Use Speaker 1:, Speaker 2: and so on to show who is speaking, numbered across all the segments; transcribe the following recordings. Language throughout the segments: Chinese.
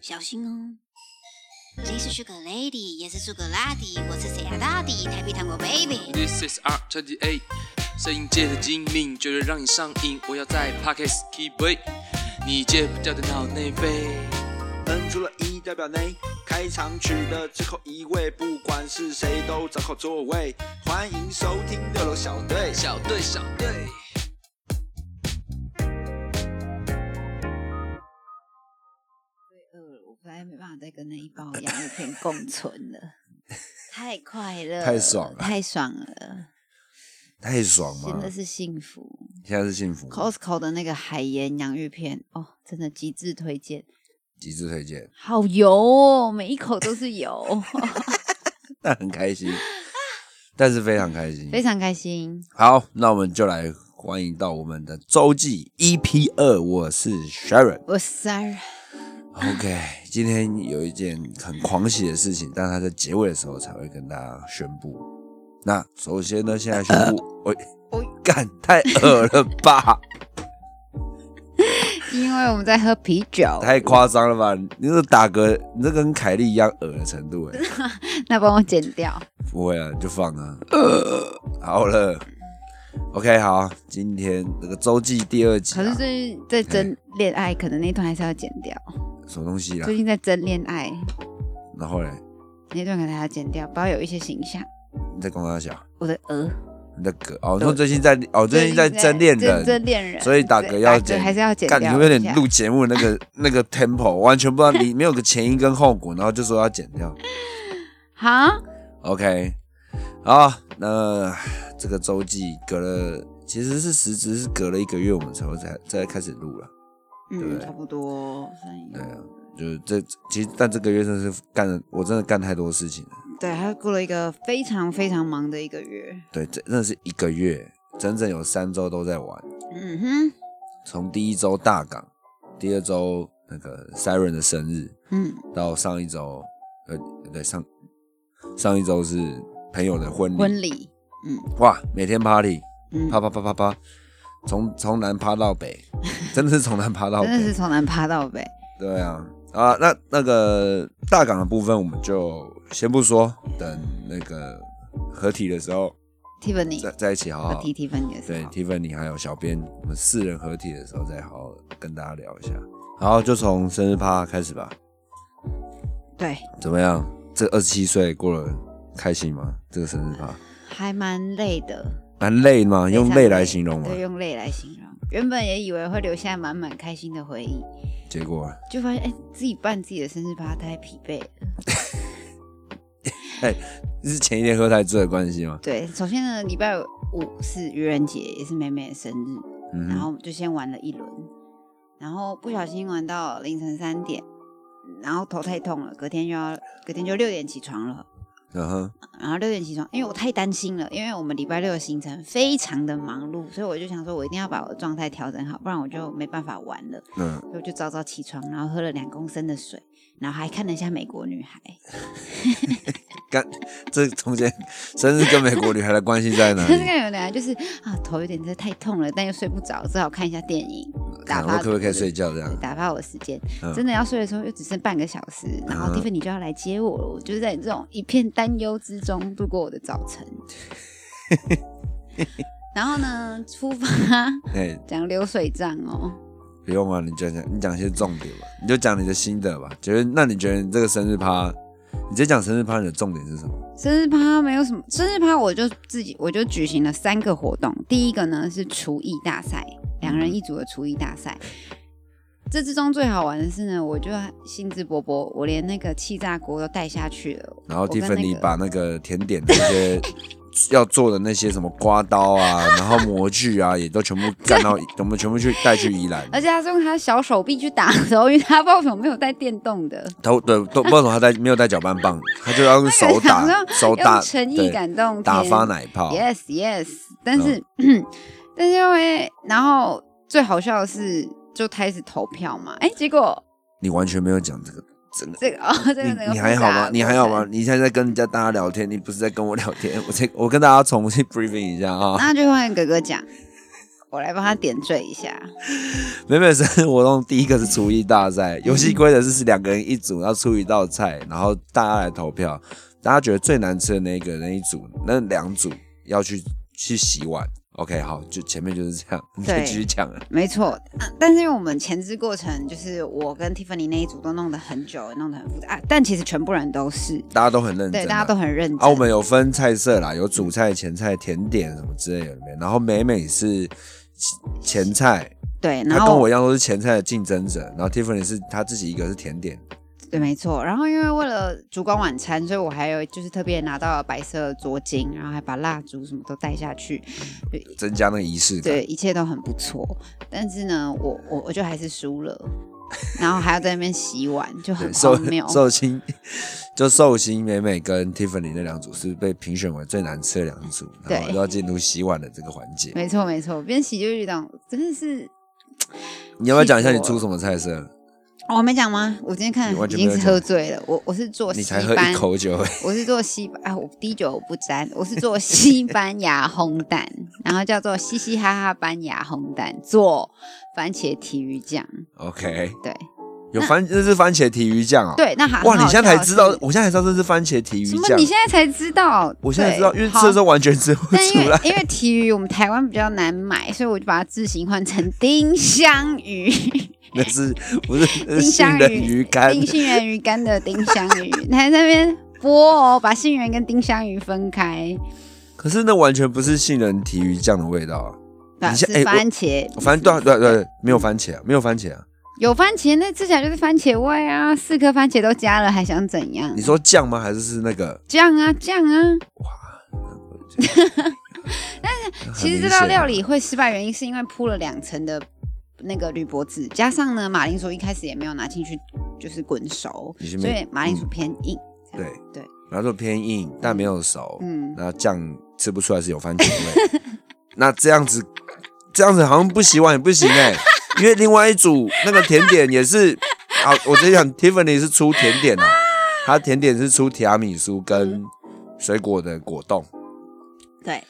Speaker 1: 小心哦。你是 Sugar Lady，也是 Sugar Lady，我是谁啊大 y 台北糖果 Baby。
Speaker 2: This is R 2 8 A，摄影界的精明，绝对让你上瘾。我要在 Pockets keep it，你戒不掉的脑内啡。
Speaker 3: 摁出了一代表内。开场曲的最后一位，不管是谁都找好座位。欢迎收听六楼小队。
Speaker 2: 小队，小队。
Speaker 1: 饿了，我本来没办法再跟那一包羊肉片共存了， 太快乐了，
Speaker 4: 太爽了
Speaker 1: 太爽了，
Speaker 4: 太爽
Speaker 1: 真
Speaker 4: 吗？
Speaker 1: 的是幸福。
Speaker 4: 现在是幸福
Speaker 1: Costco 的那个海盐洋芋片，哦，真的极致推荐，
Speaker 4: 极致推荐，
Speaker 1: 好油哦，每一口都是油，
Speaker 4: 那很开心，但是非常开心。
Speaker 1: 非常开心。
Speaker 4: 好，那我们就来欢迎到我们的周记 EP 二，我是 Sharon。
Speaker 1: 我三
Speaker 4: OK，今天有一件很狂喜的事情，但他在结尾的时候才会跟大家宣布。那首先呢，现在宣布， 我我干太恶了吧，
Speaker 1: 因为我们在喝啤酒，
Speaker 4: 太夸张了吧！你这打嗝，你这跟凯莉一样恶的程 度哎、
Speaker 1: 那帮我剪掉。
Speaker 4: 不会啊，就放 啊。好了，OK，好，今天这个周记第二集、
Speaker 1: 可
Speaker 4: 啊
Speaker 1: 是，最近在争恋爱，可能那段还是要剪掉。
Speaker 4: 什么东西啦
Speaker 1: 最？近在争恋爱，
Speaker 4: 然后嘞，
Speaker 1: 那段可能还要剪掉，不要有一些形象。
Speaker 4: 你在公他小，
Speaker 1: 我的鹅，
Speaker 4: 你的嗝哦，你说最近在哦，最近在争恋
Speaker 1: 争
Speaker 4: 人
Speaker 1: 争，恋人，
Speaker 4: 所以打嗝要剪
Speaker 1: 打嗝还是要剪掉
Speaker 4: 干，你
Speaker 1: 一下？
Speaker 4: 会不会有点录节目那个那个 tempo，完全不知道你没有个前因跟后果，然后就说要剪掉。
Speaker 1: 哈，
Speaker 4: OK，好，那这个周记隔了，其实是实质是隔了一个月，我们才会才才开始录了。
Speaker 1: 嗯，
Speaker 4: 对
Speaker 1: 差不多，三一
Speaker 4: 对啊，就是这其实但这个月真的是干了，我真的干太多事情了。
Speaker 1: 对，他过了一个非常非常忙的一个月。
Speaker 4: 对，这真的是一个月，整整有三周都在玩。
Speaker 1: 嗯哼，
Speaker 4: 从第一周大港，第二周那个 Siren 的生日，
Speaker 1: 嗯，
Speaker 4: 到上一周，呃，对上上一周是朋友的婚礼，
Speaker 1: 婚礼，
Speaker 4: 哇，每天 party，
Speaker 1: 嗯，
Speaker 4: 啪啪啪啪啪，从从南趴到 北，真的是从南趴到
Speaker 1: 真的是
Speaker 4: 北，
Speaker 1: 从南趴到北。
Speaker 4: 对啊，啊，那那个大港的部分我们就先不说，等那个合体的时候在
Speaker 1: Tiffany
Speaker 4: 在一起好
Speaker 1: 和
Speaker 4: 好
Speaker 1: T Tiffany 的时
Speaker 4: 对
Speaker 1: 候，
Speaker 4: Tiffany 还有小编，我们四人合体的时候再好好跟大家聊一下。然后就从生日趴开始吧，
Speaker 1: 对，
Speaker 4: 怎么样？这二十七岁过得开心吗？这个生日趴
Speaker 1: 还蛮累的。
Speaker 4: 蛮累吗？用
Speaker 1: 非常
Speaker 4: 累来形容吗？啊
Speaker 1: 对，用累来形容。原本也以为会留下满满开心的回忆，
Speaker 4: 结果，
Speaker 1: 就发现哎、自己办自己的生日趴太疲惫了。
Speaker 4: 是前一天喝太醉的关系吗？
Speaker 1: 对，首先呢，礼拜五是愚人节，也是美美的生日，
Speaker 4: 嗯
Speaker 1: 然
Speaker 4: 哼，
Speaker 1: 后我们就先玩了一轮，然后不小心玩到凌晨三点，然后头太痛了，隔天就要隔天就六点起床了。
Speaker 4: 然后
Speaker 1: 然后六点起床，因为我太担心了，因为我们礼拜六的行程非常的忙碌，所以我就想说，我一定要把我的状态调整好，不然我就没办法玩了。
Speaker 4: 嗯，
Speaker 1: 所以我就早早起床，然后喝了两公升的水，然后还看了一下《美国女孩》，
Speaker 4: 嗯干这中间生日跟美国女孩的关系在哪
Speaker 1: 这个
Speaker 4: 里？
Speaker 1: 有点 就是啊，头有点真的太痛了，但又睡不着，只好看一下电影，打
Speaker 4: 看
Speaker 1: 发
Speaker 4: 我可不可以睡
Speaker 1: 觉？
Speaker 4: 觉这样
Speaker 1: 对？打发我时间，
Speaker 4: 嗯
Speaker 1: 真的要睡的时候又只剩半个小时，然后
Speaker 4: 嗯
Speaker 1: Tiffany 就要来接我了，我就是在这种一片担忧之中度过我的早晨。然后呢，出发
Speaker 4: 哎，
Speaker 1: 讲流水账哦，
Speaker 4: 不用啊，你讲讲，你讲一些重点吧，你就讲你的心得吧。觉得那你觉得你这个生日趴，你直接讲生日趴你的重点是什么？
Speaker 1: 生日趴没有什么，生日趴我就自己我就举行了三个活动，第一个呢是厨艺大赛，两人一组的厨艺大赛。这之中最好玩的是呢，我就兴致勃勃，我连那个气炸锅都带下去了。
Speaker 4: 然后
Speaker 1: 我
Speaker 4: 蒂
Speaker 1: 跟
Speaker 4: 芬
Speaker 1: 那
Speaker 4: 妮
Speaker 1: 个
Speaker 4: 把那个甜点的一 些要做的那些什么刮刀啊，然后模具啊，也都全部干到，我们全部去带去宜兰。
Speaker 1: 而且他是用他的小手臂去打手语，他不知道为什么没有带电动的，
Speaker 4: 他对都不知道为什么他带没有带搅拌棒，他就要用手打
Speaker 1: 那个想说
Speaker 4: 手哦打
Speaker 1: 用诚意
Speaker 4: 对
Speaker 1: 感动
Speaker 4: 打
Speaker 1: 天
Speaker 4: 发奶嗯泡。
Speaker 1: Yes, yes，但是、 但是因为然后最好笑的是就开始投票嘛，哎、结果
Speaker 4: 你完全没有讲这个，真的。
Speaker 1: 这个哦，这个
Speaker 4: 你你还好吗？你还好吗？？你现在在跟人家大家聊天，你不是在跟我聊天，我在我跟大家重新 briefing 一下啊、
Speaker 1: 那就换哥哥讲，我来帮他点缀一下。
Speaker 4: 美美生日活动第一个是厨艺大赛，游戏规则是两个人一组，然后出一道菜，然后大家来投票，大家觉得最难吃的那一个那一组，那两组要去去洗碗。OK，好，就前面就是这样，你再
Speaker 1: 对
Speaker 4: 继续讲啊。
Speaker 1: 没错，啊但是因为我们前置过程就是我跟 Tiffany 那一组都弄得很久，弄得很复杂、啊，但其实全部人都是
Speaker 4: 大家都很认真、
Speaker 1: 对，大家都。很认真。
Speaker 4: 啊，我们有分菜色啦，有主菜、前菜、甜点什么之类的里面。然后美美是前菜，
Speaker 1: 对，然
Speaker 4: 她跟
Speaker 1: 后
Speaker 4: 我一样都是前菜的竞争者。然后 Tiffany 是她自己一个是甜点，
Speaker 1: 对，没错。然后因为为了烛光晚餐，所以我还有就是特别拿到了白色的桌巾，然后还把蜡烛什么都带下去，
Speaker 4: 增加那个仪式感。
Speaker 1: 对，一切都很不错。但是呢，我我我就还是输了，然后还要在那边洗碗，就很
Speaker 4: 对，寿
Speaker 1: 荒谬。
Speaker 4: 寿星就寿星美美跟 Tiffany 那两组是被评选为最难吃的两组，然后
Speaker 1: 对
Speaker 4: 都要进入洗碗的这个环节。
Speaker 1: 没错没错，边洗就遇到，真的是
Speaker 4: 你要不要讲一下
Speaker 1: 气
Speaker 4: 你
Speaker 1: 死我
Speaker 4: 出什么菜色？
Speaker 1: 哦我没讲吗？我今天看
Speaker 4: 你完
Speaker 1: 已
Speaker 4: 全没有
Speaker 1: 经是
Speaker 4: 讲
Speaker 1: 喝醉了，我我是做
Speaker 4: 你
Speaker 1: 西
Speaker 4: 才喝
Speaker 1: 班
Speaker 4: 一，口 酒而已，
Speaker 1: 我是做西班啊，我滴酒我不沾，我是 做西班牙烘蛋，然后叫做嘻嘻哈哈班牙烘蛋，做番茄提鱼酱，
Speaker 4: OK？
Speaker 1: 对
Speaker 4: 有番这是番茄提鱼酱哦。。
Speaker 1: 对，那还
Speaker 4: 哇，
Speaker 1: 很
Speaker 4: 你
Speaker 1: 好
Speaker 4: 现在
Speaker 1: 笑
Speaker 4: 才
Speaker 1: 的
Speaker 4: 知道
Speaker 1: 是，
Speaker 4: 我现在才知道这是番茄提鱼
Speaker 1: 什么？
Speaker 4: 酱
Speaker 1: 你。现在才知道？
Speaker 4: 我现在
Speaker 1: 对
Speaker 4: 知道，因为
Speaker 1: 好
Speaker 4: 这时候完全吃不
Speaker 1: 但因
Speaker 4: 出
Speaker 1: 为
Speaker 4: 来。
Speaker 1: 因为体鱼我们台湾比较难买，所以我就把它自行换成丁香鱼，
Speaker 4: 那是 不是那
Speaker 1: 丁
Speaker 4: 是
Speaker 1: 香
Speaker 4: 杏仁鱼干？
Speaker 1: 丁杏仁鱼干的丁香 鱼，你还在那边剥哦，把杏仁跟丁香鱼分开，
Speaker 4: 可是那完全不是杏仁提鱼酱的味道啊！
Speaker 1: 啊
Speaker 4: 你
Speaker 1: 是
Speaker 4: 先哎我
Speaker 1: 番茄，
Speaker 4: 反正对啊对啊对啊对啊，没有番茄啊，没有番茄啊。
Speaker 1: 有番茄，那吃起来就是番茄味啊，四颗番茄都加了，还想怎样
Speaker 4: 你？说酱吗？还是是那个？
Speaker 1: 酱啊酱啊！其实这道料
Speaker 4: 理。
Speaker 1: 理会失败，原因是因为铺了两层的那个铝箔纸，加上呢马铃薯一开始也没有拿进去，就是滚熟，
Speaker 4: 你是
Speaker 1: 所
Speaker 4: 没嗯
Speaker 1: 以马铃薯偏硬。
Speaker 4: 对
Speaker 1: 对，
Speaker 4: 然后就偏硬，但没有熟，
Speaker 1: 嗯，
Speaker 4: 然后酱吃不出来是有番茄味。 那这样子，这样子好像不洗碗也不行 哎、因为另外一组那个甜点也是，啊，我直接讲 Tiffany 是出甜点啊，它甜点是出提拉米苏跟水果的果冻。
Speaker 1: 对，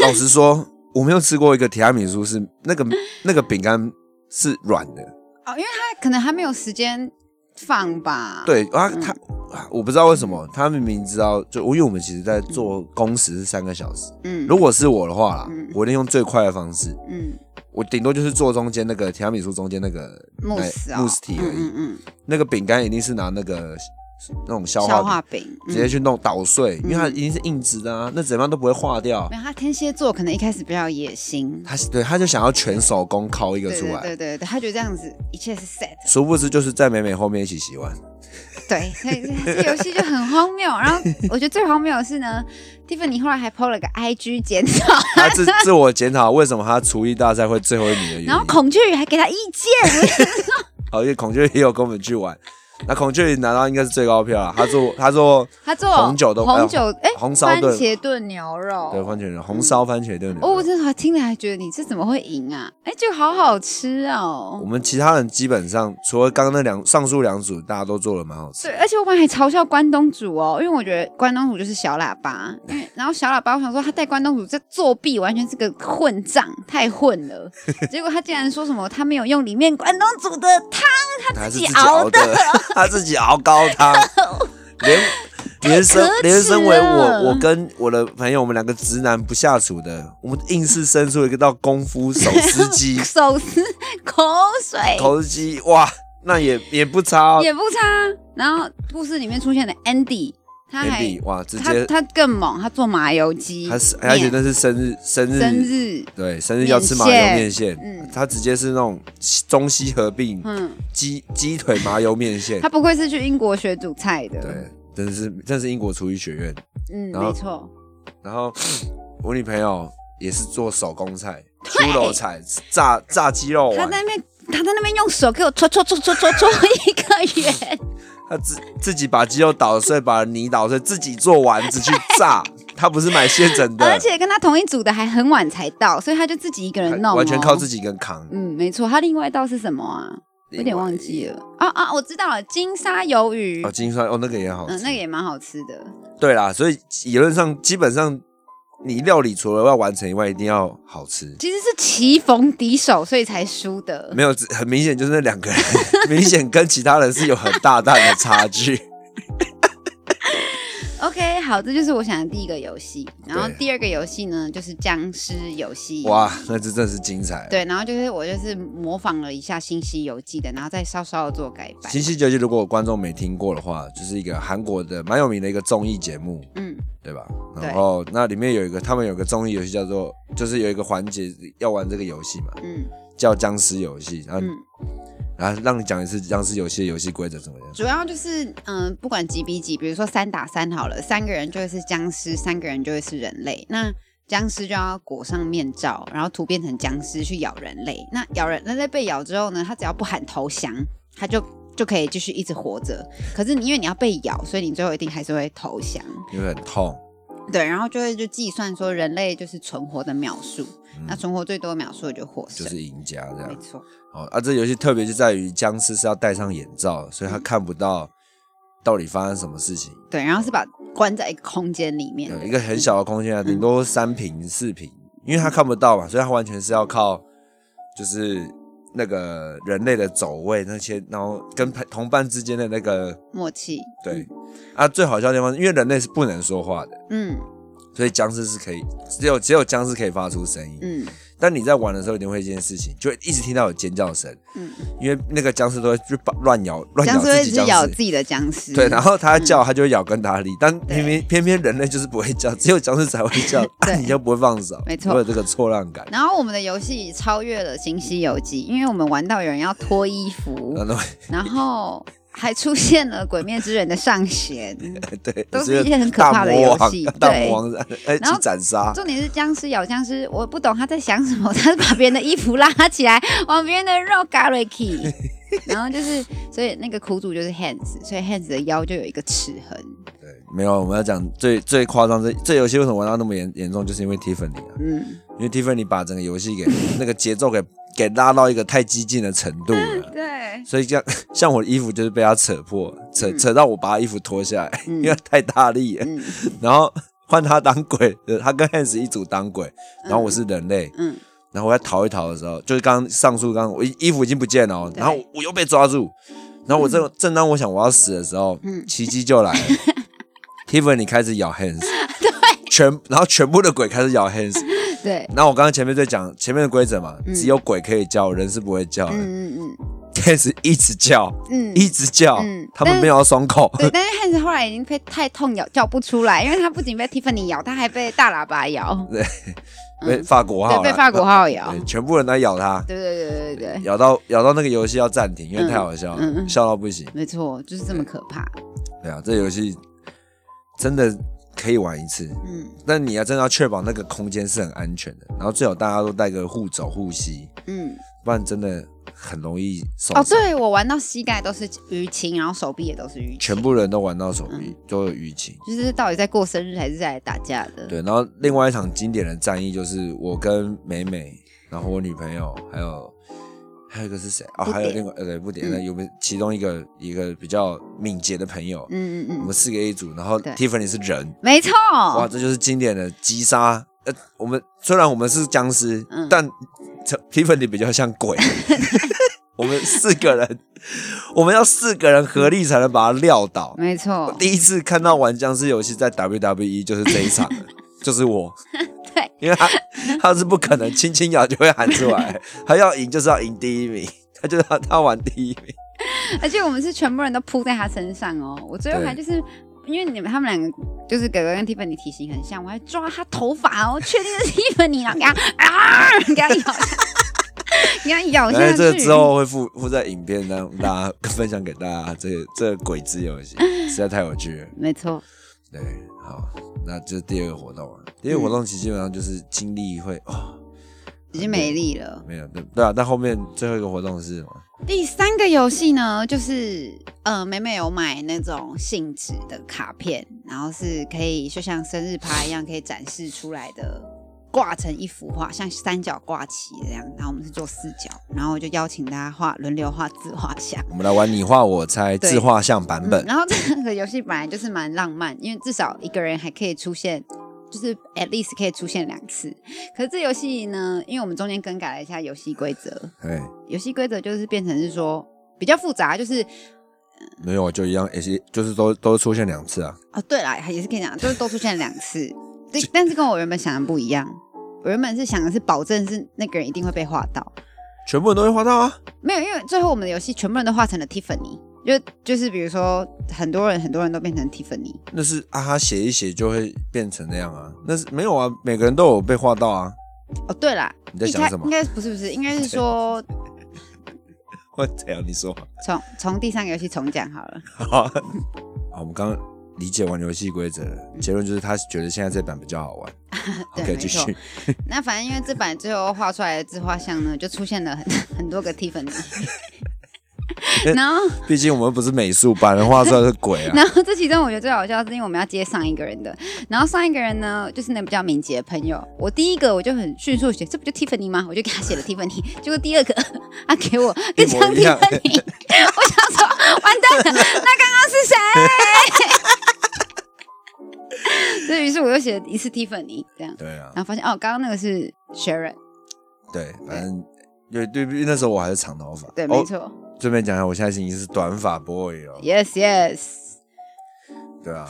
Speaker 4: 老实说，我没有吃过一个提拉米苏是那个那个饼干是软的，
Speaker 1: 哦，因为他可能还没有时间放吧。，
Speaker 4: 对啊，
Speaker 1: 嗯
Speaker 4: 他啊我不知道为什么，他明明知道，就因为我们其实在做工时是三个小时。
Speaker 1: 嗯，
Speaker 4: 如果是我的话啦
Speaker 1: 嗯，
Speaker 4: 我一定用最快的方式，
Speaker 1: 嗯
Speaker 4: 我顶多就是做中间那个提拉米苏中间那个
Speaker 1: 慕斯
Speaker 4: 那
Speaker 1: 哦，
Speaker 4: 慕斯体而已
Speaker 1: 嗯。嗯嗯，
Speaker 4: 那个饼干一定是拿那个那种消
Speaker 1: 消
Speaker 4: 化
Speaker 1: 化
Speaker 4: 饼
Speaker 1: 饼，
Speaker 4: 直接
Speaker 1: 嗯
Speaker 4: 去弄捣碎，因为它
Speaker 1: 嗯
Speaker 4: 一定是硬质的啊，那怎么样都不会化掉
Speaker 1: 没。有他天蝎座可能一开始比较有野心，
Speaker 4: 他对他就想要全手工烤一个
Speaker 1: 对
Speaker 4: 出
Speaker 1: 对
Speaker 4: 来
Speaker 1: 对，对对，他觉得这样子一切是 set，
Speaker 4: 殊不知就是在美美后面一起洗碗。
Speaker 1: 对，所以这这游戏就很荒谬。然后我觉得最荒谬的是呢，Tiffany 后来还 PO 了个 IG 检讨，
Speaker 4: 他自自我检讨为什么他厨艺大赛会最后一名的原因。
Speaker 1: 然后孔雀鱼还给他意见，
Speaker 4: 哦好，因为孔雀也有跟我们去玩。那孔雀拿到应该是最高票了，他做他做
Speaker 1: 他做
Speaker 4: 红酒都
Speaker 1: 红酒哎
Speaker 4: 红烧
Speaker 1: 番
Speaker 4: 炖
Speaker 1: 茄炖牛肉，
Speaker 4: 对番茄牛红烧番茄炖牛
Speaker 1: 哦，
Speaker 4: 肉。
Speaker 1: 我真的还听了还觉得你这怎么会赢啊？哎，就好好吃
Speaker 4: 我
Speaker 1: 哦。
Speaker 4: 们其他人基本上除了刚刚那两上述两组，大家都做的蛮好吃
Speaker 1: 对，。而且我们还嘲笑关东煮哦，因为我觉得关东煮就是小喇叭，因为然后小喇叭，我想说他带关东煮这作弊，完全是个混账，太 混了。结果他竟然说什么他没有用里面关东煮的汤，
Speaker 4: 他是
Speaker 1: 自
Speaker 4: 自
Speaker 1: 己
Speaker 4: 己熬
Speaker 1: 熬的
Speaker 4: 的， 他自己熬高 汤，连连身
Speaker 1: 可耻啊
Speaker 4: 连身为我，
Speaker 1: 了
Speaker 4: 我跟我的朋友，我们两个直男不下厨的，我们硬是生出一个到功夫手撕 鸡，
Speaker 1: 手撕口水
Speaker 4: 口撕鸡，哇，那也也不差哦。
Speaker 1: 哎也不差。然后故事里面出现的 Andy，他还
Speaker 4: Andy，哇，直
Speaker 1: 他
Speaker 4: 接
Speaker 1: 他更猛，他做麻油鸡，
Speaker 4: 他是，而且
Speaker 1: 面
Speaker 4: 那是生日，生日，
Speaker 1: 生日，
Speaker 4: 对，生日要吃麻油面线，
Speaker 1: 面线嗯
Speaker 4: 他直接是那种中西合并
Speaker 1: 嗯，
Speaker 4: 鸡鸡腿麻油面线
Speaker 1: 他，不愧是去英国学煮菜的，
Speaker 4: 对，真的是真的是英国厨艺学院。
Speaker 1: 嗯，
Speaker 4: 然后
Speaker 1: 没错，
Speaker 4: 然后我女朋友也是做手工菜，猪肉菜，炸炸鸡肉
Speaker 1: 他
Speaker 4: 丸，
Speaker 1: 在那边。他在那边用手给我戳戳戳戳戳戳一个 圆，
Speaker 4: 她自自己把鸡肉捣碎，把泥捣碎，自己做丸子去 炸，她不是买现成的，
Speaker 1: 而且跟他同一组的还很晚才到，所以他就自己一个
Speaker 4: 她
Speaker 1: 人弄、哦，
Speaker 4: 完全靠自己一个人扛。
Speaker 1: 嗯，没错，他另外一道是什么啊？有点忘记了啊啊，我知道了，金沙鱿鱼，
Speaker 4: 哦
Speaker 1: 嗯
Speaker 4: 哦，金酸哦，那个也好吃，
Speaker 1: 嗯，那个也蛮好吃的。
Speaker 4: 对啦，所以理论上基本上你料理除了要完成以外，一定要好吃。
Speaker 1: 其实是棋逢敌手，所以才输的。
Speaker 4: 没有，只很明显就是那两个人， 明显跟其他人是有很大大的差 距。
Speaker 1: OK，好，这就是我想的第一个游戏。然后
Speaker 4: 对
Speaker 1: 第二个游戏呢，就是僵尸游戏。
Speaker 4: 哇，那这真是精彩。，
Speaker 1: 对，然后就是我就是模仿了一下《新西游记》的，然后再稍稍的做改
Speaker 4: 《
Speaker 1: 版
Speaker 4: 新。西游记》如果有观众没听过的话，就是一个韩国的蛮有名的一个综艺节目，
Speaker 1: 嗯，
Speaker 4: 对吧？
Speaker 1: 对
Speaker 4: 然后那里面有一个，他们有一个综艺游戏叫做，就是有一个环节要玩这个游戏嘛，
Speaker 1: 嗯
Speaker 4: 叫僵尸游戏。然后、
Speaker 1: 嗯，
Speaker 4: 然后让你讲一次僵尸游戏的游戏规则怎么样？
Speaker 1: 主要就是嗯、不管几比几，比如说三打三好了，三个人就会是僵尸，三个人就会是人类。那僵尸就要裹上面罩，然后涂变成僵尸去咬人类。那咬人人类被咬之后呢，他只要不喊投降，他就就可以继续一直活着。可是你因为你要被咬，所以你最后一定还是会投降。
Speaker 4: 因为很痛。
Speaker 1: 对，然后就会就计算说人类就是存活的秒数，那存活最多的秒数就获
Speaker 4: 嗯就
Speaker 1: 胜。
Speaker 4: 是赢家这
Speaker 1: 没
Speaker 4: 样。
Speaker 1: 错，
Speaker 4: 哦，啊，这游戏特别就在于僵尸是要戴上眼罩，所以他看不到到底发生什么事情。
Speaker 1: 对，然后是把关在一个空间里面
Speaker 4: 有
Speaker 1: 的
Speaker 4: 一个很小的空间啊，顶多三平四平，因为他看不到嘛，所以他完全是要靠就是那个人类的走位那些，然后跟朋同伴之间的那个
Speaker 1: 默契。
Speaker 4: 对啊，最好笑的地方是，因为人类是不能说话的，
Speaker 1: 嗯
Speaker 4: 所以僵尸是可以只有只有僵尸可以发出声音。
Speaker 1: 嗯
Speaker 4: 但你在玩的时候一定会一件事情，就会一直听到有尖叫声，
Speaker 1: 嗯，
Speaker 4: 因为那个僵尸都会就把乱咬乱咬
Speaker 1: 僵尸
Speaker 4: 自
Speaker 1: 会
Speaker 4: 己
Speaker 1: 只
Speaker 4: 僵
Speaker 1: 咬
Speaker 4: 尸
Speaker 1: 自。己的嗯僵尸。
Speaker 4: 对，然后它叫，它就会咬跟它力，但偏偏偏偏人类就是不会叫，只有僵尸才会叫， 啊
Speaker 1: 对
Speaker 4: 你就不会放手，
Speaker 1: 没错
Speaker 4: 会有这个错乱感。
Speaker 1: 然后我们的游戏超越了《新西游记》，因为我们玩到有人要脱衣服，
Speaker 4: 然后
Speaker 1: 然后还出现了《鬼灭之刃》的 上弦。
Speaker 4: 对，
Speaker 1: 都是
Speaker 4: 就
Speaker 1: 一些很可怕的游 戏
Speaker 4: 大
Speaker 1: 对
Speaker 4: 魔王，大魔王哎，
Speaker 1: 然后
Speaker 4: 去斩杀，
Speaker 1: 重点是僵尸咬僵尸，我不懂他在想什么，他是把别人的衣服拉起来，往别人的肉嘎瑞 k 然后就是，所以那个苦主就是 Hans，所以 Hans 的腰就有一个齿痕。
Speaker 4: 对，没有，我们要讲最最夸张，这这游戏为什么玩到那么严严重，就是因为 Tiffany 啊，
Speaker 1: 嗯，
Speaker 4: 因为 Tiffany 把整个游戏给那个节奏给给拉到一个太激进的程度了。
Speaker 1: 对，
Speaker 4: 所以像 像我的衣服就是被他扯破，扯扯到我把他衣服脱下来， 因为太大力了。
Speaker 1: 嗯
Speaker 4: 然后换他当鬼，呃他跟 Hans 一组当鬼，然后我是人类，
Speaker 1: 嗯，
Speaker 4: 然后我在逃一逃的时候，就是刚刚上述刚刚我衣衣服已经不见了哦，
Speaker 1: 对嗯
Speaker 4: 然后我又被抓住，然后我正、正当我想我要死的时候，奇迹就来了 ，Tiffany 开始咬 Hans，全然后全部的鬼开始咬 Hans，
Speaker 1: 对，
Speaker 4: 然后我刚刚前面在讲前面的规则嘛，只有鬼可以叫，人是不会叫的、
Speaker 1: 嗯嗯
Speaker 4: Hans 一直叫，
Speaker 1: 嗯
Speaker 4: 一
Speaker 1: 嗯。
Speaker 4: 直叫，
Speaker 1: 嗯
Speaker 4: 他们没有要松口，
Speaker 1: 对，但是 Hans 后来已经被太痛咬叫不出来，因为他不仅被 Tiffany 咬，他还被大喇 叭咬，
Speaker 4: 被法国号
Speaker 1: 嗯对，
Speaker 4: 啦，
Speaker 1: 被法国号咬
Speaker 4: 对，，全部人都在咬他。
Speaker 1: 对对对对对，
Speaker 4: 咬到咬到那个游戏要暂停，因为太好笑了，
Speaker 1: 嗯嗯嗯
Speaker 4: 笑到不行。
Speaker 1: 没错，就是这么可怕。
Speaker 4: 对啊，这游戏真的可以玩一次，
Speaker 1: 嗯
Speaker 4: 但你要真的要确保那个空间是很安全的，然后最好大家都带个护肘护膝，
Speaker 1: 嗯。
Speaker 4: 不然真的很容易受伤。
Speaker 1: 哦，对，我玩到膝盖都是淤青，然后手臂也都是淤青，
Speaker 4: 全部人都玩到手
Speaker 1: 嗯
Speaker 4: 臂都有淤青。
Speaker 1: 就是到底在过生日还是在打架的？
Speaker 4: 对，然后另外一场经典的战役就是我跟美美，然后我女朋友，还有还有一个是谁啊、
Speaker 1: 不
Speaker 4: 还有
Speaker 1: 点嗯
Speaker 4: 另外呃对不点，那有没有其中一个一个比较敏捷的朋友，
Speaker 1: 嗯嗯
Speaker 4: 我
Speaker 1: 嗯，
Speaker 4: 们四个一组，然后
Speaker 1: 对哦
Speaker 4: Tiffany 是人，
Speaker 1: 没错，
Speaker 4: 哇，这就是经典的击杀。呃，我们虽然我们是僵尸，
Speaker 1: 嗯
Speaker 4: 但这 Tiffany 比较像 鬼。我们四个人，我们要四个人合力才能把他撂倒。
Speaker 1: 没错，
Speaker 4: 第一次看到玩僵尸游戏在 WWE 就是这一场 了，就是我。
Speaker 1: 对，
Speaker 4: 因为他他是不可能轻轻咬就会喊出 来，他要赢就是要赢第一名，他就是要他玩第一名。
Speaker 1: 而且我们是全部人都扑在他身上哦。我最后还
Speaker 4: 对
Speaker 1: 就是因为你们他们两个就是哥哥跟 Tiffany 体型很像，我还抓他头发哦，确定是 Tiffany，然后给他啊，给他咬下，给他咬
Speaker 4: 但
Speaker 1: 下
Speaker 4: 是
Speaker 1: 去。
Speaker 4: 哎这个之后会附附在影片让大家分享给大家，这个这个鬼之游 戏实在太有趣了。
Speaker 1: 没错，
Speaker 4: 对，好，那这是第二个活动啊。第二个活动其实基本上就是精力会
Speaker 1: 嗯
Speaker 4: 哦，
Speaker 1: 已经没力了。
Speaker 4: 没有对对啊，但后面最后一个活动是什么？
Speaker 1: 第三个游戏呢，就是呃，美美有买那种信纸的卡片，然后是可以就像生日趴一样，可以展示出来的，挂成一幅画，像三角挂旗这样。然后我们是做四角，然后我就邀请大家画轮流画自画像。
Speaker 4: 我们来玩你画我猜
Speaker 1: 对
Speaker 4: 自画像版
Speaker 1: 嗯
Speaker 4: 本，
Speaker 1: 然后这个游戏本来就是蛮浪漫，因为至少一个人还可以出现就是 at least 可以出现两次。可是这游戏呢，因为我们中间更改了一下游戏规则，
Speaker 4: 哎，
Speaker 1: 游戏规则就是变成是说比较复杂，就是
Speaker 4: 没有就一样，也是就是都都出现两次啊。
Speaker 1: 哦，对啦，也是可以讲，就是都出现两次，对，但是跟我原本想的不一样。我原本是想的是保证是那个人一定会被画到，
Speaker 4: 全部人都会画到啊！
Speaker 1: 没有，因为最后我们的游戏全部人都画成了 Tiffany，就就是比如说很多人很多人都变成 Tiffany，
Speaker 4: 那是啊，哈写一写就会变成那样啊。那是没有啊，每个人都有被画到啊。
Speaker 1: 哦，对啦，
Speaker 4: 你在
Speaker 1: 一
Speaker 4: 想
Speaker 1: 开
Speaker 4: 什么
Speaker 1: 应该不是不是，应 该是说
Speaker 4: 我怎样？你说
Speaker 1: 从从第三个游戏重讲好了。
Speaker 4: 好啊，我们刚刚理解完游戏规则了，结论就是他觉得现在这版比较好 玩。
Speaker 1: 对
Speaker 4: OK，
Speaker 1: 没
Speaker 4: 继
Speaker 1: 错
Speaker 4: 续。
Speaker 1: 那反正因为这版最后画出来的自画像呢，就出现了很很多个 Tiffany，然 后
Speaker 4: 毕竟我们不是美术班，画出来是鬼 啊。
Speaker 1: 然后这其中我觉得最好笑，是因为我们要接上一个人的，然后上一个人呢，就是那比较敏捷的朋友。我第一个我就很迅速写，这不就 Tiffany 吗？我就给他写了 Tiffany。结果 第二个他给我更像
Speaker 4: 一模一
Speaker 1: Tiffany，
Speaker 4: 样
Speaker 1: 我想说完蛋了，那刚刚是谁？ 所以于是我又写了一次 Tiffany 这样，
Speaker 4: 对啊，
Speaker 1: 然后发现哦，刚刚那个是 Sharon，
Speaker 4: 对，反正对对，因为那时候我还是长头发。
Speaker 1: 对，
Speaker 4: 哦
Speaker 1: 没错、
Speaker 4: 顺便讲一下，我现在已经是短发 boy 了。
Speaker 1: y e s Yes，
Speaker 4: 对啊，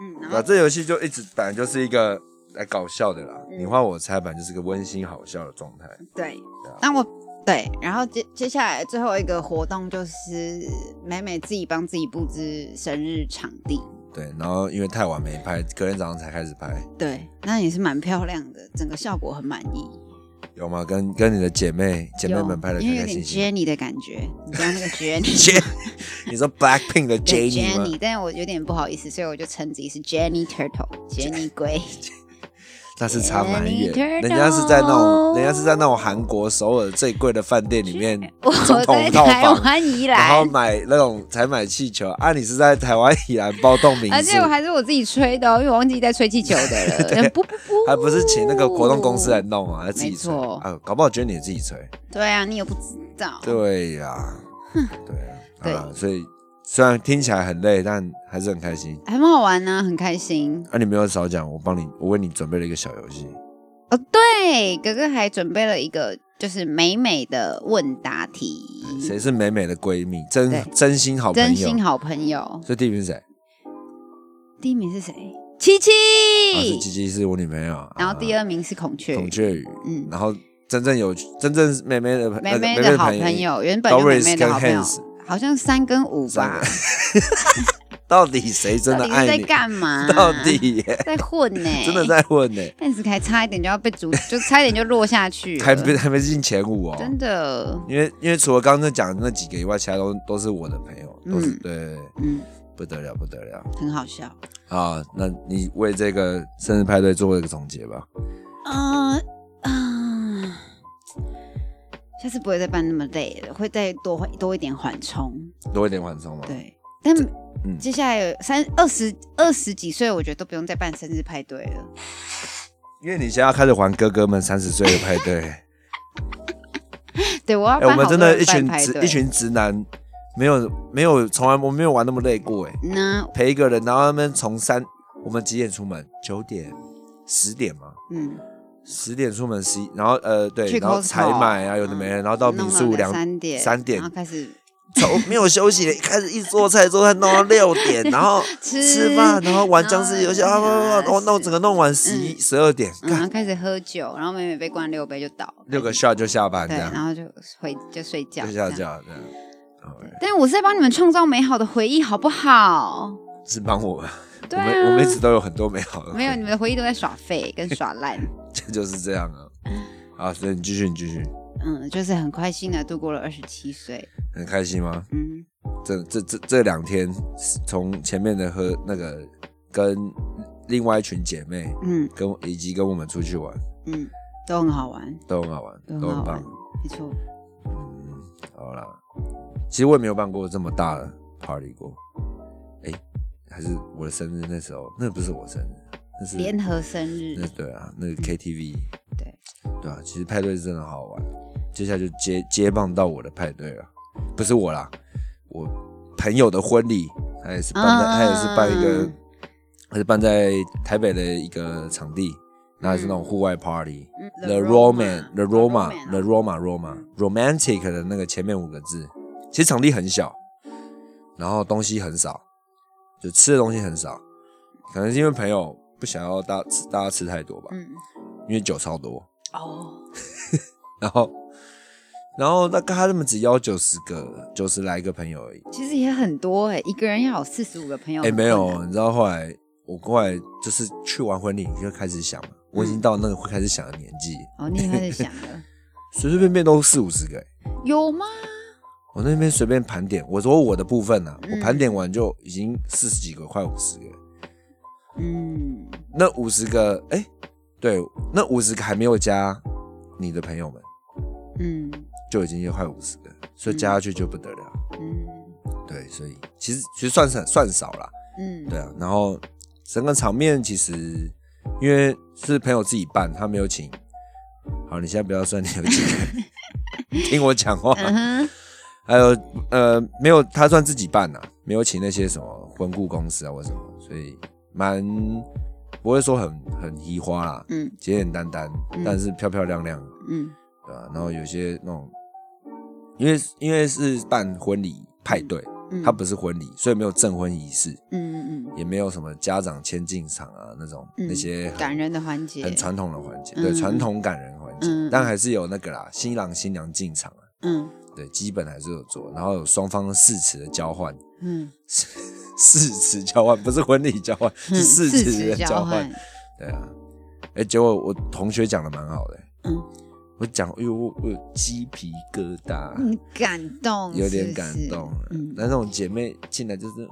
Speaker 1: 嗯，然
Speaker 4: 那
Speaker 1: 后
Speaker 4: 这游戏就一直本来就是一个来搞笑的啦，
Speaker 1: 嗯
Speaker 4: 你画我猜，本来就是个温馨好笑的状态。
Speaker 1: 对
Speaker 4: 对啊，
Speaker 1: 那我对，然后接接下来最后一个活动就是美美自己帮自己布置生日场地。
Speaker 4: 对，然后因为太晚没拍，隔天早上才开始拍，
Speaker 1: 对，那也是蛮漂亮的，整个效果很满意。
Speaker 4: 有吗？跟跟你的姐妹姐妹
Speaker 1: 有
Speaker 4: 们拍的
Speaker 1: 因为
Speaker 4: 开
Speaker 1: 有
Speaker 4: 开
Speaker 1: 点
Speaker 4: 心心。
Speaker 1: Jenny 的感觉，你知道 那个 Jenny。
Speaker 4: 姐，你说 Blackpink 的
Speaker 1: 对
Speaker 4: Jennie 吗
Speaker 1: Jenny，？但我有点不好意思，所以我就称自己是 Jenny Turtle，杰尼 龟。
Speaker 4: 那是差蛮
Speaker 1: Jennie
Speaker 4: 远，
Speaker 1: Turtle
Speaker 4: 人家是在那种人家是在那种韩国首尔最贵的饭店里面
Speaker 1: 我
Speaker 4: 总
Speaker 1: 在
Speaker 4: 统套
Speaker 1: 台
Speaker 4: 房，
Speaker 1: 湾宜
Speaker 4: 然后
Speaker 1: 兰，
Speaker 4: 买那种才买气球啊！你是在台湾以兰包栋民
Speaker 1: 而
Speaker 4: 宿
Speaker 1: 且我，还是我自己吹的、哦，因为我忘记带吹气球的 了。嗯不不不，
Speaker 4: 还不是请那个活动公司来弄啊，还自己
Speaker 1: 哦没
Speaker 4: 吹
Speaker 1: 错
Speaker 4: 啊？搞不好觉得你自己吹。
Speaker 1: 对啊，你也不知道。
Speaker 4: 对呀，对
Speaker 1: 对
Speaker 4: 啊，啊，所以虽然听起来很累，但还是很开心。
Speaker 1: 还蛮好玩呢、很开心。
Speaker 4: 啊，你没有少讲，我帮你，我为你准备了一个小游戏。
Speaker 1: 哦，对，哥哥还准备了一个就是美美的问答题，
Speaker 4: 谁是美美的闺蜜？真
Speaker 1: 嗯对
Speaker 4: 真心好朋友。
Speaker 1: 真心好朋友。
Speaker 4: 所以第一名是谁？
Speaker 1: 第一名是谁？七七
Speaker 4: 啊，是吉吉，是我女朋友。
Speaker 1: 然后第
Speaker 4: 二
Speaker 1: 二名是孔雀。
Speaker 4: 孔雀羽，
Speaker 1: 嗯，
Speaker 4: 然后真正有真正是妹妹的那
Speaker 1: 妹
Speaker 4: 个
Speaker 1: 妹
Speaker 4: 妹
Speaker 1: 的好朋
Speaker 4: 朋，
Speaker 1: 友，原本有妹
Speaker 4: Doris
Speaker 1: 妹的好朋友
Speaker 4: 跟 Hans，
Speaker 1: 好像三跟五
Speaker 4: 三
Speaker 1: 吧
Speaker 4: 个。到底谁真的
Speaker 1: 到底是
Speaker 4: 爱
Speaker 1: 在
Speaker 4: 你？
Speaker 1: 干嘛？
Speaker 4: 到底耶
Speaker 1: 在混 呢、
Speaker 4: 真的。在问 呢，
Speaker 1: 但是还差一点就要被逐，就差一点就落下去了。
Speaker 4: 还没还没进前五哦。
Speaker 1: 真的，
Speaker 4: 因为因为除了刚刚讲的那几个以外，其他都都是我的朋友，都是、
Speaker 1: 嗯
Speaker 4: 对对对，
Speaker 1: 嗯，
Speaker 4: 不得了不得了
Speaker 1: 很好笑。
Speaker 4: 啊！那你为这个生日派对做一个总结吧。
Speaker 1: 嗯嗯，下次不会再办那么累了，会再多多一点缓冲。
Speaker 4: 多一点缓冲嘛。
Speaker 1: 对，但
Speaker 4: 嗯
Speaker 1: 接下来有三二十二十几岁，我觉得都不用再办生日派对了。
Speaker 4: 因为你现在要开始还哥哥们三十岁的派 对，哎、
Speaker 1: 对，我要
Speaker 4: 我
Speaker 1: 办好
Speaker 4: 们
Speaker 1: 多
Speaker 4: 真
Speaker 1: 人
Speaker 4: 的一群
Speaker 1: 办派
Speaker 4: 直
Speaker 1: 对。
Speaker 4: 一群直男，没有没有从来我没有玩那么累过哎，
Speaker 1: 那
Speaker 4: 陪一个人，然后他们从三我们几点出门？九点、十点吗？
Speaker 1: 嗯，
Speaker 4: 十点出门，十一，然后呃对
Speaker 1: 去，
Speaker 4: 然后
Speaker 1: Costco 嗯
Speaker 4: 采买啊，有的没的，然后到民
Speaker 1: 弄
Speaker 4: 宿两
Speaker 1: 三点
Speaker 4: 三点
Speaker 1: 然后开始
Speaker 4: 从没有休息，开始一做菜做菜弄到六点，然后
Speaker 1: 吃
Speaker 4: 吃饭，然后玩僵尸游戏啊，
Speaker 1: 然后
Speaker 4: 啊我弄整个弄完十一十二点，
Speaker 1: 嗯然后
Speaker 4: 干
Speaker 1: 开始喝酒，然后每每被灌六杯就倒
Speaker 4: 六个 shot 就下班这
Speaker 1: 对，然
Speaker 4: 样，
Speaker 1: 后就回就睡觉
Speaker 4: 就
Speaker 1: 这
Speaker 4: 下
Speaker 1: 样。
Speaker 4: 觉这样。OK，
Speaker 1: 但我是在帮你们创造美好的回忆，好不好？
Speaker 4: 是帮我们，我
Speaker 1: 对啊，
Speaker 4: 们我们一直都有很多美好的回忆，
Speaker 1: 没有，你们的回忆都在耍废跟耍 烂。
Speaker 4: 这就是这样啊。啊，所以你继续，你继续，
Speaker 1: 嗯，就是很开心的度过了二十七岁。
Speaker 4: 很开心吗？
Speaker 1: 嗯，
Speaker 4: 这这这这两天，从前面的和那个跟另外一群姐妹，
Speaker 1: 嗯
Speaker 4: 跟以及跟我们出去玩，
Speaker 1: 嗯，都很好玩，
Speaker 4: 都很好玩，
Speaker 1: 都
Speaker 4: 都
Speaker 1: 很好
Speaker 4: 很
Speaker 1: 玩
Speaker 4: 棒。，
Speaker 1: 没错。
Speaker 4: 嗯，好啦，其实我也没有办过这么大的 party 过。哎、还是我的生日那时候，那不是我生日，那是
Speaker 1: 联合生日
Speaker 4: 那，对啊，那个 KTV，
Speaker 1: 对，
Speaker 4: 对啊，其实派对是真的好玩。接下来就接接棒到我的派对了，不是我啦，我朋友的婚礼，他也是办的，
Speaker 1: 啊
Speaker 4: 他也是办一个它是办在台北的一个场地，那还是那种户外 party。
Speaker 1: 嗯
Speaker 4: The Roman The Roma The
Speaker 1: 哦
Speaker 4: Roma Roma Romantic 的那个前面五个字，其实场地很小，然后东西很少，就吃的东西很少，可能是因为朋友不想要大吃大家吃太多吧，
Speaker 1: 嗯
Speaker 4: 因为酒超多，
Speaker 1: 哦，
Speaker 4: 然后然后那他们只邀九十个九十来个朋友而已，
Speaker 1: 其实也很多哎、一个人要有四十五个朋友
Speaker 4: 哎、
Speaker 1: 很
Speaker 4: 没
Speaker 1: 困难，
Speaker 4: 有，你知道后来我后来就是去完婚礼就开始想嘛，我
Speaker 1: 嗯
Speaker 4: 已经到那个会开始想的年纪，
Speaker 1: 哦，你也开始想 了，
Speaker 4: 随随便便都四五十个、欸。
Speaker 1: 有吗？
Speaker 4: 我那边随便盘点，我说我的部分呢、啊，
Speaker 1: 嗯
Speaker 4: 我盘点完就已经四十几个，快五十个。
Speaker 1: 嗯，
Speaker 4: 那五十个，哎、对，那五十个还没有加你的朋友们，
Speaker 1: 嗯
Speaker 4: 就已经要快五十个，所以加下去就不得了。
Speaker 1: 嗯
Speaker 4: 对，所以其实其实算是算少啦，
Speaker 1: 嗯，
Speaker 4: 对啊。然后整个场面其实因为是朋友自己办，他没有请。好，你现在不要算你有几 个，听我讲话。
Speaker 1: 嗯哼，
Speaker 4: 还有呃，没有，他算自己办呐、没有请那些什么婚顾公司啊或什么，所以蛮不会说很很移花啦，
Speaker 1: 嗯
Speaker 4: 简简单单，
Speaker 1: 嗯
Speaker 4: 但是漂漂亮亮，
Speaker 1: 嗯
Speaker 4: 对吧、然后有些那种，因为因为是办婚礼派对，
Speaker 1: 嗯，
Speaker 4: 它不是婚礼，所以没有证婚仪式，
Speaker 1: 嗯，嗯嗯
Speaker 4: 也没有什么家长签进场啊那种、
Speaker 1: 嗯
Speaker 4: 那些很
Speaker 1: 感人的环节，
Speaker 4: 很传统的环节，
Speaker 1: 嗯
Speaker 4: 对
Speaker 1: 嗯
Speaker 4: 传统感人环节，
Speaker 1: 嗯嗯
Speaker 4: 但还是有那个啦，新郎新娘进场啊。
Speaker 1: 嗯
Speaker 4: 对，基本还是有做，然后有双方誓词的交换，
Speaker 1: 嗯，
Speaker 4: 誓词交换不是婚礼交换， 是
Speaker 1: 嗯
Speaker 4: 誓
Speaker 1: 誓
Speaker 4: 词
Speaker 1: 词
Speaker 4: 的
Speaker 1: 交
Speaker 4: 换。，对啊，哎，结果我同学讲的蛮好的，
Speaker 1: 嗯，
Speaker 4: 我讲，哎呦，我我有鸡皮疙瘩，
Speaker 1: 很感动，
Speaker 4: 有点
Speaker 1: 嗯是不
Speaker 4: 感
Speaker 1: 是
Speaker 4: 动。
Speaker 1: 嗯
Speaker 4: 那那种姐妹进来就是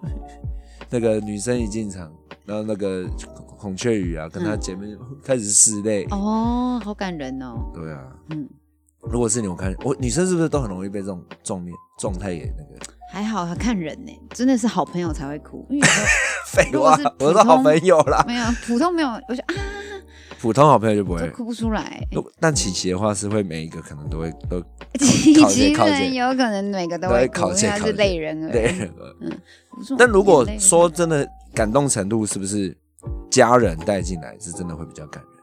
Speaker 4: 那个女生一进场，然后那个孔孔雀羽啊，跟她
Speaker 1: 嗯
Speaker 4: 姐妹开始拭泪。
Speaker 1: 哦，好感人哦，
Speaker 4: 对啊，
Speaker 1: 嗯，
Speaker 4: 如果是你，我看我女生是不是都很容易被这种状面状态给那个？
Speaker 1: 还好他看人呢，真的是好朋友才会哭，因为有时候
Speaker 4: 废
Speaker 1: 如
Speaker 4: 话
Speaker 1: 果是，
Speaker 4: 我
Speaker 1: 普
Speaker 4: 说好
Speaker 1: 通
Speaker 4: 朋友啦，
Speaker 1: 没有普通没有，我就啊
Speaker 4: 普通好朋友就不
Speaker 1: 就
Speaker 4: 会。
Speaker 1: 哭不出来。
Speaker 4: 如果但琪琪的话是会每一个可能都会都
Speaker 1: 其
Speaker 4: 靠
Speaker 1: 实
Speaker 4: 近靠近
Speaker 1: 人有可能每个都
Speaker 4: 都会
Speaker 1: 会
Speaker 4: 靠
Speaker 1: 哭，因
Speaker 4: 近
Speaker 1: 为他
Speaker 4: 靠
Speaker 1: 是
Speaker 4: 近
Speaker 1: 类人而已。
Speaker 4: 对。
Speaker 1: 我说
Speaker 4: 呃但如果
Speaker 1: 嗯眼泪
Speaker 4: 说真的感动程度，是不是家人带进来是真的会比较感人？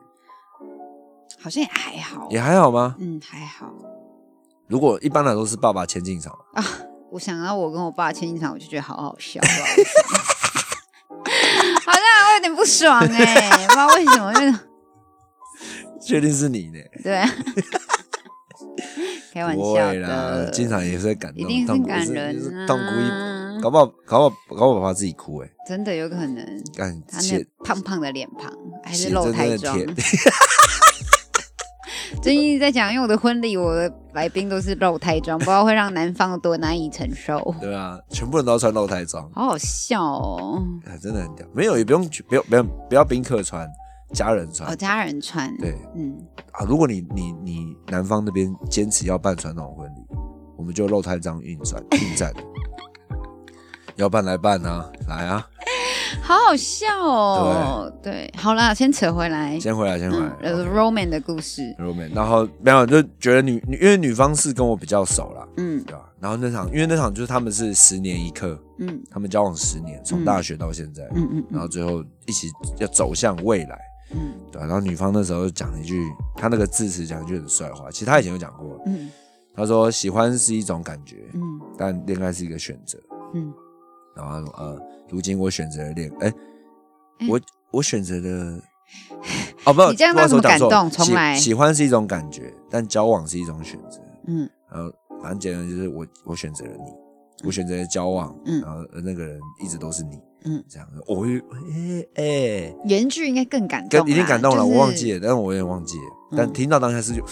Speaker 1: 好像也还好，
Speaker 4: 也还好吗？
Speaker 1: 嗯还好
Speaker 4: 如果一般来说是爸爸牵进场，
Speaker 1: 啊。我想到我跟我爸牵进场，我就觉得好好笑，不知道为什么 好像我有点不爽哎、不知道为什么，就是
Speaker 4: 确定是你呢？
Speaker 1: 对 啊，开玩
Speaker 4: 不
Speaker 1: 笑
Speaker 4: 会啦
Speaker 1: 的，，
Speaker 4: 进场也是会感动，
Speaker 1: 一定
Speaker 4: 痛
Speaker 1: 是
Speaker 4: 苦
Speaker 1: 感
Speaker 4: 也是
Speaker 1: 人啊，
Speaker 4: 痛苦一，搞不好搞不好搞不好爸爸自己哭哎、欸，
Speaker 1: 真的有可能。
Speaker 4: 干
Speaker 1: 他
Speaker 4: 血
Speaker 1: 那胖胖的脸庞还
Speaker 4: 血
Speaker 1: 是露
Speaker 4: 真
Speaker 1: 胎
Speaker 4: 的
Speaker 1: 妆，
Speaker 4: 甜，
Speaker 1: 最近一直在讲，因为我的婚礼，我的来宾都是露胎妆，不知道会让男方有多难以承受，
Speaker 4: 对啊，全部人都要穿露胎装。
Speaker 1: 好好笑哦。
Speaker 4: 啊，真的很屌。没有，也不用去，不用，不用，不要宾客穿，家人穿。
Speaker 1: 哦，家人穿，
Speaker 4: 对
Speaker 1: 嗯，
Speaker 4: 啊，如果你你你南方那边坚持要办传统婚礼，我们就露台张运转运战，要办来办啊，来啊，
Speaker 1: 好好笑哦。对，好啦，先扯回来，
Speaker 4: 先回来，先回来
Speaker 1: 嗯。呃，Roman 的故事，
Speaker 4: 然后面，然后没有就觉得女，女因为女方是跟我比较熟啦，
Speaker 1: 嗯
Speaker 4: 对吧、然后那场，因为那场就是他们是十年一刻，
Speaker 1: 嗯
Speaker 4: 他们交往十年，从
Speaker 1: 嗯
Speaker 4: 大学到现在，
Speaker 1: 嗯嗯
Speaker 4: 然后最后一起要走向未来。
Speaker 1: 嗯
Speaker 4: 对啊、然后女方那时候讲了一句，她那个致辞讲一句很帅的话，其实她以前有讲过，
Speaker 1: 嗯
Speaker 4: 她说喜欢是一种感觉，
Speaker 1: 嗯
Speaker 4: 但恋爱是一个选择。
Speaker 1: 嗯，
Speaker 4: 然后她说呃，如今我选择了恋，哎
Speaker 1: 哎，
Speaker 4: 我我选择了，哦，不，
Speaker 1: 你这样
Speaker 4: 不好意思
Speaker 1: 让
Speaker 4: 我讲
Speaker 1: 他们
Speaker 4: 错
Speaker 1: 感动重来
Speaker 4: 喜喜欢是一种感觉，但交往是一种选择。
Speaker 1: 嗯
Speaker 4: 然后反正简单就是我我选择了你，我选择了交往，
Speaker 1: 嗯
Speaker 4: 然后那个人一直都是你，
Speaker 1: 嗯，
Speaker 4: 这样，我就哎哎。
Speaker 1: 原剧应该更感动
Speaker 4: 跟
Speaker 1: 啦，
Speaker 4: 一定感动了，
Speaker 1: 就是
Speaker 4: 我忘记了，但是我有点忘记了。但
Speaker 1: 嗯
Speaker 4: 听到当下是就，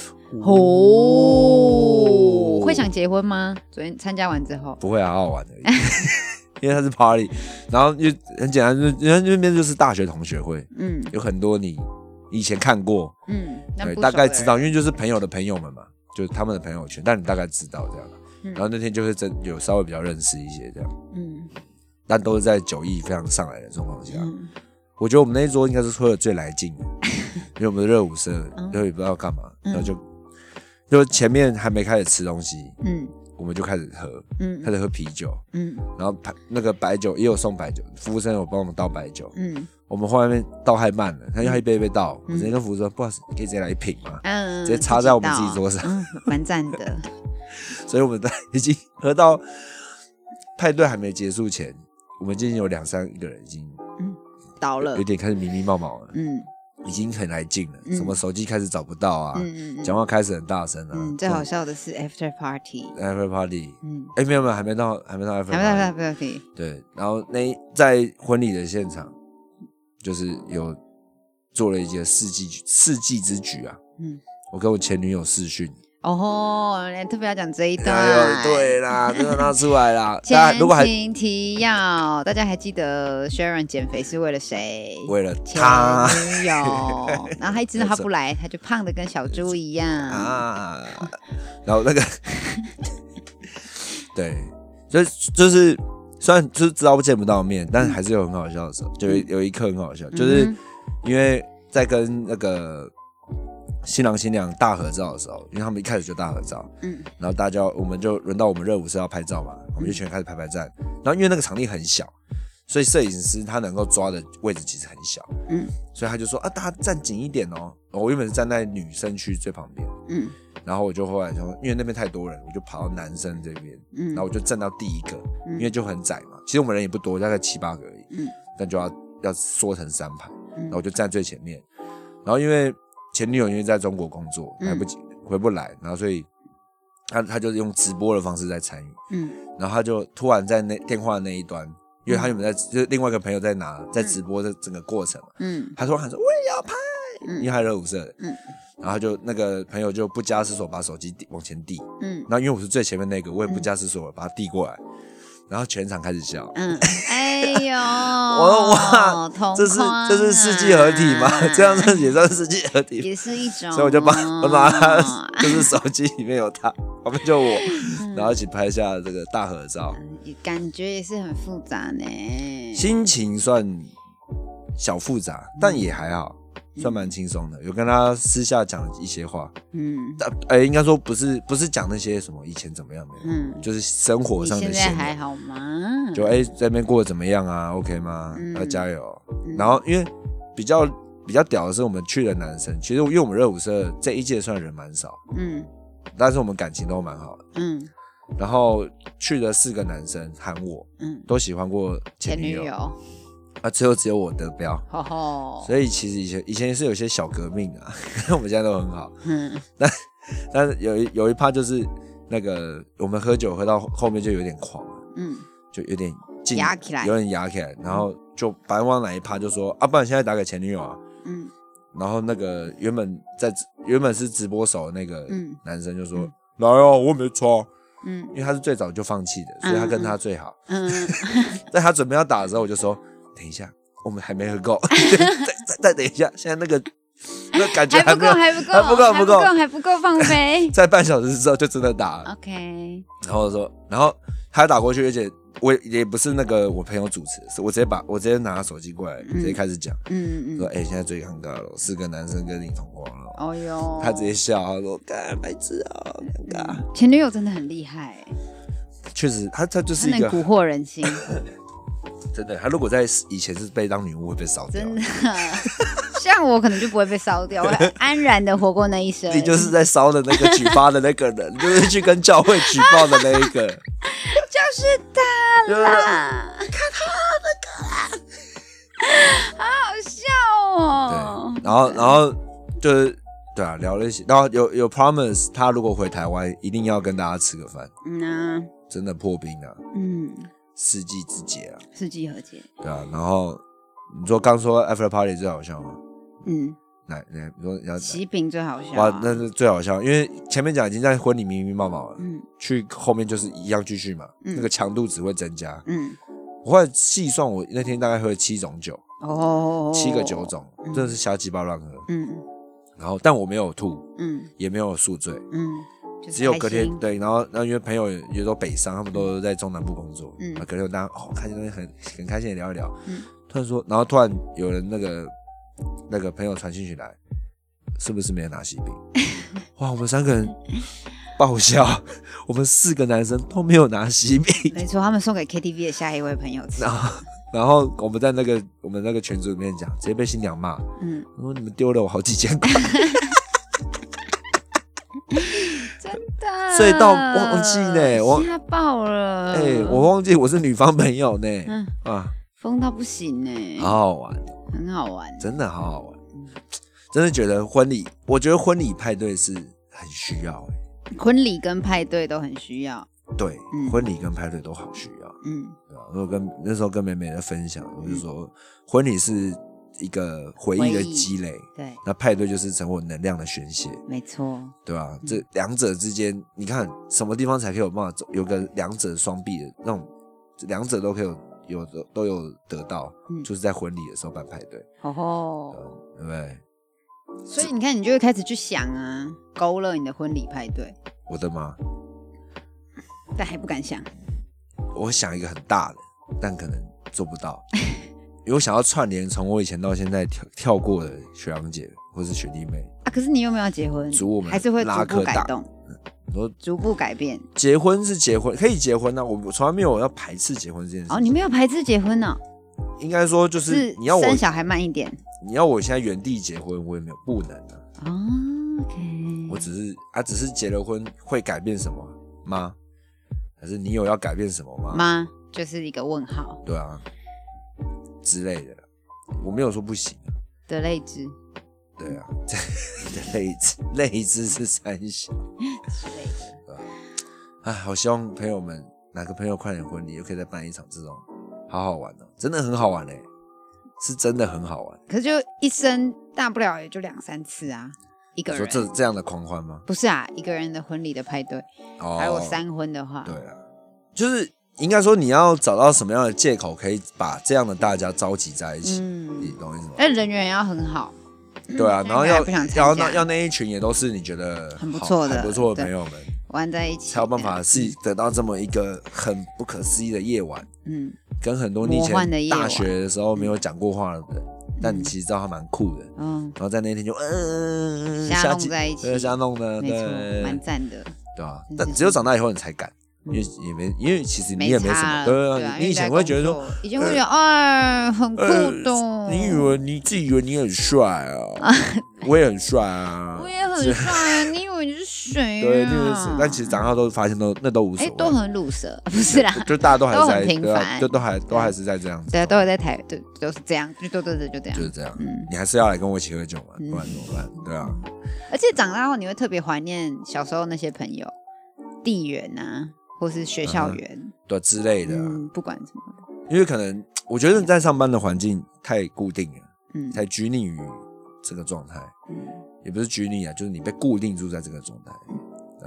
Speaker 1: 哦，会想结婚吗？昨天参加完之后，
Speaker 4: 不会啊好好玩而已， 因为他是 party，然后就很简单，就人家那边就是大学同学会，
Speaker 1: 嗯
Speaker 4: 有很多你以前看过，
Speaker 1: 嗯，那
Speaker 4: 对，
Speaker 1: 不
Speaker 4: 大
Speaker 1: 熟
Speaker 4: 概
Speaker 1: 的
Speaker 4: 知
Speaker 1: 人
Speaker 4: 道，因为就是朋友的朋友们嘛，就是他们的朋友圈，但你大概知道这样。
Speaker 1: 嗯
Speaker 4: 然后那天就是真有稍微比较认识一些这样，
Speaker 1: 嗯
Speaker 4: 但都是在酒意非常上来的状况下，
Speaker 1: 嗯
Speaker 4: 我觉得我们那一桌应该是喝的最来 劲的，因为我们热舞社，
Speaker 1: 嗯
Speaker 4: 然后也不知道干嘛，
Speaker 1: 嗯
Speaker 4: 然后就就前面还没开始吃东西，
Speaker 1: 嗯
Speaker 4: 我们就开始喝，
Speaker 1: 嗯
Speaker 4: 开始喝啤酒，
Speaker 1: 嗯
Speaker 4: 然后白那个白酒也有送白酒，服务生有帮我们倒白酒，
Speaker 1: 嗯
Speaker 4: 我们后面倒太慢了，他要一杯一杯倒，我直接跟服务生说，不好意思，可以直接来一瓶吗？
Speaker 1: 嗯，
Speaker 4: 直接插在我们自己桌上
Speaker 1: 嗯，蛮赞 的。
Speaker 4: 所以我们在已经喝到派对还没结束前，我们今天有两三个人已经
Speaker 1: 倒了
Speaker 4: 有，点开始迷迷毛毛了，
Speaker 1: 嗯
Speaker 4: 已经很来劲了，
Speaker 1: 嗯
Speaker 4: 什么手机开始找不到啊，
Speaker 1: 嗯嗯
Speaker 4: 讲话开始很大声啊，
Speaker 1: 嗯，最好笑的是 after party，
Speaker 4: After Party，
Speaker 1: 嗯，
Speaker 4: 哎、没有没有，还没到，还没到 After
Speaker 1: 还没
Speaker 4: Party，
Speaker 1: after party，
Speaker 4: 对，然后那一在婚礼的现场，就是有做了一些世纪世纪之举啊，
Speaker 1: 嗯，
Speaker 4: 我跟我前女友视讯，
Speaker 1: 哦吼，来特别要讲这一段，
Speaker 4: 哎呦，对啦，真的拿出来啦，大家
Speaker 1: 前
Speaker 4: 如果还
Speaker 1: 情提要，大家还记得 Sharon 减肥是为了谁？
Speaker 4: 为了
Speaker 1: 前
Speaker 4: 他
Speaker 1: 女友， 然后他一直他不来，他就胖的跟小猪一样。
Speaker 4: 啊，然后那 个，对，就就是虽然就是知道见不到面，但还是有很好笑的时候，就有一有一刻很好笑，就是
Speaker 1: 嗯
Speaker 4: 因为在跟那个新郎新娘大合照的时候，因为他们一开始就大合照，
Speaker 1: 嗯
Speaker 4: 然后大家我们就轮到我们热舞社要拍照嘛，我们就全开始排排站，然后因为那个场地很小。所以摄影师他能够抓的位置其实很小，
Speaker 1: 嗯
Speaker 4: 所以他就说啊，大家站紧一点哦。我原本是站在女生区最旁边，
Speaker 1: 嗯
Speaker 4: 然后我就后来说，因为那边太多人，我就跑到男生这边，
Speaker 1: 嗯
Speaker 4: 然后我就站到第一个，
Speaker 1: 嗯
Speaker 4: 因为就很窄嘛。其实我们人也不多，大概七八个而已，
Speaker 1: 嗯
Speaker 4: 但就要要缩成三排，
Speaker 1: 嗯
Speaker 4: 然后我就站最前面。然后因为前女友因为在中国工作，
Speaker 1: 嗯
Speaker 4: 来不及回不来，然后所以她她就用直播的方式在参与，
Speaker 1: 嗯
Speaker 4: 然后她就突然在那电话那一端，因为她原本在就是另外一个朋友在拿在直播的整个过程嘛，
Speaker 1: 嗯
Speaker 4: 她突然喊说我也要拍，
Speaker 1: 嗯
Speaker 4: 因为她热舞社的，
Speaker 1: 嗯
Speaker 4: 然后就那个朋友就不加思索把手机递往前递，
Speaker 1: 嗯
Speaker 4: 那因为我是最前面那个，我也不加思索把它递过来，然后全场开始笑。
Speaker 1: 嗯，哎 呦，
Speaker 4: 我哇
Speaker 1: 同框啊
Speaker 4: 这是这是世纪合体吗？这样子也算世纪合体，
Speaker 1: 啊也是一种哦，哦
Speaker 4: 所以我就把我把他就是手机里面有他，旁边就我，
Speaker 1: 嗯
Speaker 4: 然后一起拍下这个大合照，
Speaker 1: 也感觉也是很复杂呢。
Speaker 4: 心情算小复杂，但也还好，算蛮轻松的。有跟他私下讲一些话，
Speaker 1: 嗯，
Speaker 4: 但呃，应该说不是不是讲那些什么以前怎么样的，
Speaker 1: 嗯
Speaker 4: 就是生活
Speaker 1: 你
Speaker 4: 上
Speaker 1: 现
Speaker 4: 的
Speaker 1: 在
Speaker 4: 闲聊
Speaker 1: 还好吗？
Speaker 4: 就哎、这边过得怎么样啊？OK 吗？
Speaker 1: 嗯
Speaker 4: 要、加油。
Speaker 1: 嗯
Speaker 4: 然后因为比较比较屌的是，我们去的男生，其实因为我们热舞社这一届算人蛮少，
Speaker 1: 嗯
Speaker 4: 但是我们感情都蛮好的。
Speaker 1: 嗯
Speaker 4: 然后去的四个男生喊我
Speaker 1: 嗯，
Speaker 4: 都喜欢过前
Speaker 1: 前
Speaker 4: 女
Speaker 1: 女
Speaker 4: 友
Speaker 1: 友，哦
Speaker 4: 啊，只有只有我得标。
Speaker 1: 吼吼，
Speaker 4: 所以其实以前以前是有些小革命啊， 我们现在都很好。
Speaker 1: 嗯
Speaker 4: 但是有一有一趴就是那个我们喝酒喝到后面就有点狂了，
Speaker 1: 嗯
Speaker 4: 就有点进
Speaker 1: 压起来
Speaker 4: 有点压起来，然后就白往哪一趴就说啊，不然现在打给前女友啊。
Speaker 1: 嗯
Speaker 4: 然后那个原本在直原本是直播手的那个
Speaker 1: 嗯
Speaker 4: 男生就说、
Speaker 1: 嗯
Speaker 4: 来哦，我没错，
Speaker 1: 嗯
Speaker 4: 因为他是最早就放弃的，所以他跟他最好。
Speaker 1: 嗯，
Speaker 4: 在他准备要打的时候，我就说等一下，我们还没喝够， 再再再等一下，现在那个那个感觉
Speaker 1: 还
Speaker 4: 还
Speaker 1: 不
Speaker 4: 没有。
Speaker 1: 够，还不够，
Speaker 4: 还不够
Speaker 1: 还不
Speaker 4: 不够。
Speaker 1: 还不够放飞
Speaker 4: 在半小时之后就真的打了，
Speaker 1: OK，
Speaker 4: 然后我说，然后他打过去，而且我也不是那个我朋友主持，是我直接把我直接拿他手机过来，直接开始讲，
Speaker 1: 嗯
Speaker 4: 说
Speaker 1: 嗯，
Speaker 4: 哎、现在最尴尬了，四个男生跟你同框了，
Speaker 1: 哦哟，
Speaker 4: 他直接笑，他说：“干白痴啊，尴尬。
Speaker 1: 前女友真的很厉害，”欸
Speaker 4: 确实，他他就
Speaker 1: 她
Speaker 4: 是一
Speaker 1: 能
Speaker 4: 个
Speaker 1: 蛊惑人 心，
Speaker 4: 真的，他如果在以前是被当女巫会被烧掉
Speaker 1: 真，的。像我可能就不会被烧 掉，我会安然的活过那一生。
Speaker 4: 你就是在烧的那个举发的那个 人，就是去跟教会举报的那一个，
Speaker 1: 就是他啦，看他那个啦，好好笑哦
Speaker 4: 对。。然后然后就是对啊，聊了一些，然后有有 promise，他如果回台湾一定要跟大家吃个饭，
Speaker 1: 嗯呐，
Speaker 4: 真的破冰啊，
Speaker 1: 嗯，
Speaker 4: 世纪之结啊，
Speaker 1: 世纪和解，
Speaker 4: 对啊，然后你说刚说 after party 最好笑吗？
Speaker 1: 嗯，
Speaker 4: 哪哪你说你要哪
Speaker 1: 喜饼最好笑啊。
Speaker 4: 哇，那是最好笑，因为前面讲已经在婚礼迷迷冒冒了，
Speaker 1: 嗯
Speaker 4: 去后面就是一样继续嘛，
Speaker 1: 嗯
Speaker 4: 那个强度只会增加。
Speaker 1: 嗯
Speaker 4: 我后来细算，我那天大概喝了七种酒，
Speaker 1: 哦，
Speaker 4: 七个酒种，
Speaker 1: 嗯
Speaker 4: 真的是瞎鸡巴乱喝。
Speaker 1: 嗯
Speaker 4: 然后，但我没有吐，
Speaker 1: 嗯
Speaker 4: 也没有宿醉，
Speaker 1: 嗯，就是
Speaker 4: 只有
Speaker 1: 开
Speaker 4: 隔天
Speaker 1: 心
Speaker 4: 对。然后，那因为朋友也都北上，他们都在中南部工作，
Speaker 1: 嗯
Speaker 4: 嗯，隔天大家哦，开心很很开心的聊一聊，
Speaker 1: 嗯
Speaker 4: 突然说，然后突然有人那个那 个朋友传信息来，是不是没有拿喜饼？哇，我们三个人爆笑，我们四个男生都没有拿喜饼，
Speaker 1: 没错，他们送给 KTV 的下一位朋友 吃
Speaker 4: 然。后然后我们在那个我们那个群组里面讲，直接被新娘骂，
Speaker 1: 嗯，
Speaker 4: 我说你们丢了我好几千块，
Speaker 1: 真的，
Speaker 4: 所以到忘记呢我
Speaker 1: 啊吓爆了。
Speaker 4: 哎、我忘记我是女方朋友呢，
Speaker 1: 嗯，
Speaker 4: 啊，
Speaker 1: 疯到不行呢，
Speaker 4: 好好玩，
Speaker 1: 很好玩。
Speaker 4: 真的好好玩，真的觉得婚礼，我觉得婚礼派对是很需要、哎，
Speaker 1: 婚礼跟派对都很需要。
Speaker 4: 对，
Speaker 1: 嗯
Speaker 4: 婚礼跟派对都好需要。
Speaker 1: 嗯，
Speaker 4: 对啊，我跟那时候跟美美在分享，我就说婚礼是一个回忆的
Speaker 1: 回忆
Speaker 4: 积累，
Speaker 1: 对，
Speaker 4: 那派对就是成为能量的宣泄，
Speaker 1: 没错，
Speaker 4: 对吧、这两者之间，你看什么地方才可以有办法走有个两者双璧的那种，两者都可以有有的都有得到，
Speaker 1: 嗯
Speaker 4: 就是在婚礼的时候办派对，
Speaker 1: 哦吼。
Speaker 4: 对不对？
Speaker 1: 所以你看，你就会开始去想啊，勾勒你的婚礼派对，
Speaker 4: 我的妈！
Speaker 1: 但还不敢想。啊
Speaker 4: 我想一个很大的，但可能做不 到，因为我想要串联从我以前到现在跳跳过的学长姐或是学弟妹。
Speaker 1: 啊，可是你又没有要结婚，
Speaker 4: 主我们
Speaker 1: 还是会
Speaker 4: 拉
Speaker 1: 逐步
Speaker 4: 客
Speaker 1: 改
Speaker 4: 大
Speaker 1: 动，
Speaker 4: 你说
Speaker 1: 逐步改变。
Speaker 4: 结婚是结婚，可以结婚呢、啊我我从来没有要排斥结婚这件事情。
Speaker 1: 哦，你没有排斥结婚呢、
Speaker 4: 应该说就是
Speaker 1: 是
Speaker 4: 你要我
Speaker 1: 生小孩慢一点。
Speaker 4: 你要我现在原地结婚，我也没有不能啊。
Speaker 1: 哦 OK，
Speaker 4: 我只是啊，只是结了婚会改变什么吗？还是你有要改变什么吗？
Speaker 1: 妈就是一个问号
Speaker 4: 对啊，之类的，我没有说不行啊。
Speaker 1: 的泪之
Speaker 4: 对啊， 这类似类似是三小。
Speaker 1: 之类的。
Speaker 4: 哎，好希望朋友们哪个朋友快点婚礼，又可以再办一场这种，好好玩哦，真的很好玩嘞、是真的很好玩。
Speaker 1: 可是就一生大不了也就两三次啊，一个
Speaker 4: 你说
Speaker 1: 人。
Speaker 4: 这这样的狂欢吗？
Speaker 1: 不是啊，一个人的婚礼的派对，
Speaker 4: 哦，
Speaker 1: 还有三婚的话，
Speaker 4: 对啊，就是应该说你要找到什么样的借口，可以把这样的大家召集在一起，你
Speaker 1: 嗯，
Speaker 4: 懂我意思吗？
Speaker 1: 但人缘也要很好，
Speaker 4: 对啊，
Speaker 1: 嗯
Speaker 4: 然后
Speaker 1: 大家
Speaker 4: 要
Speaker 1: 不想参加
Speaker 4: 要那要那一群也都是你觉得
Speaker 1: 很不
Speaker 4: 好
Speaker 1: 错的
Speaker 4: 很不错的
Speaker 1: 对
Speaker 4: 朋友们，
Speaker 1: 玩在一起
Speaker 4: 才有办法是得到这么一个很不可思议的夜晚，
Speaker 1: 嗯，
Speaker 4: 跟很多你以
Speaker 1: 魔幻的
Speaker 4: 前
Speaker 1: 夜晚
Speaker 4: 大学的时候没有讲过话的人，但你其实知道他蛮酷的。
Speaker 1: 嗯，
Speaker 4: 然后在那天就嗯，
Speaker 1: 瞎
Speaker 4: 瞎
Speaker 1: 弄
Speaker 4: 鸡
Speaker 1: 在一起
Speaker 4: 对瞎弄的，
Speaker 1: 没
Speaker 4: 呃对
Speaker 1: 错，蛮赞的，
Speaker 4: 对啊
Speaker 1: 真，的
Speaker 4: 但
Speaker 1: 是嗯
Speaker 4: 只有长大以后你才敢，因为也没，因为其实你也没什
Speaker 1: 差
Speaker 4: 么，
Speaker 1: 了
Speaker 4: 对
Speaker 1: 啊
Speaker 4: 啊，
Speaker 1: 因
Speaker 4: 你
Speaker 1: 为
Speaker 4: 以前
Speaker 1: 在
Speaker 4: 会觉得
Speaker 1: 工
Speaker 4: 说，呃
Speaker 1: 作以前会觉得哎，很酷的，
Speaker 4: 你以为你自己以为你很帅啊，我也很帅啊
Speaker 1: 我，也很 帅啊，你以为你是谁啊？
Speaker 4: 对，你以为是，但其实长大啊都发现都那都无所
Speaker 1: 哎，
Speaker 4: 谓，
Speaker 1: 都很鲁蛇，不是啦，
Speaker 4: 就大家都还
Speaker 1: 都
Speaker 4: 是
Speaker 1: 很
Speaker 4: 在，
Speaker 1: 平
Speaker 4: 对啊，
Speaker 1: 凡
Speaker 4: 就都还都还是在这样子，
Speaker 1: 对啊，都有在台，对，都是这样，就都对对就这样
Speaker 4: 就，是这样
Speaker 1: 嗯，
Speaker 4: 你还是要来跟我一起喝酒嘛，不然怎么办？对啊，
Speaker 1: 而且长大后你会特别怀念小时候那些朋友，地缘啊，或是学
Speaker 4: 嗯
Speaker 1: 校园，
Speaker 4: 对之类的啊，
Speaker 1: 嗯，不管什么，
Speaker 4: 因为可能我觉得在上班的环境太固定了。
Speaker 1: 嗯
Speaker 4: 才拘泥于这个状态，
Speaker 1: 嗯。
Speaker 4: 也不是拘泥啊，就是你被固定住在这个状态。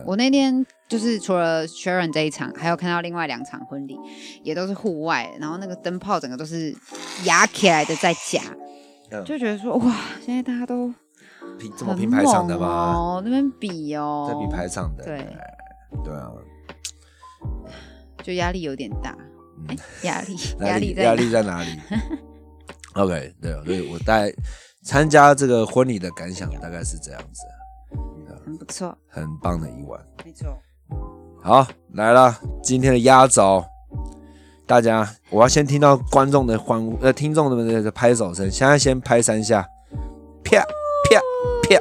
Speaker 1: 我那天就是除了 Sharon 这一场，还有看到另外两场婚礼，也都是户外，然后那个灯泡整个都是压起来的在夹，
Speaker 4: 嗯
Speaker 1: 就觉得说哇，现在大家都
Speaker 4: 拼这么
Speaker 1: 很
Speaker 4: 拼
Speaker 1: 猛
Speaker 4: 排场的吗？
Speaker 1: 哦，那边比哦，
Speaker 4: 在比排场的，
Speaker 1: 对
Speaker 4: 对啊，
Speaker 1: 就压力有点大，哎、压力
Speaker 4: 嗯压
Speaker 1: 力
Speaker 4: 力
Speaker 1: 在
Speaker 4: 压
Speaker 1: 哪
Speaker 4: 力在哪里 ？OK，对啊，所以我大概参加这个婚礼的感想大概是这样子，
Speaker 1: 很不错，
Speaker 4: 很棒的一晚。
Speaker 1: 没错，
Speaker 4: 好，来了，今天的压轴，大家，我要先听到观众的欢呼，呃，听众的拍手声。现在先拍三下，啪啪啪，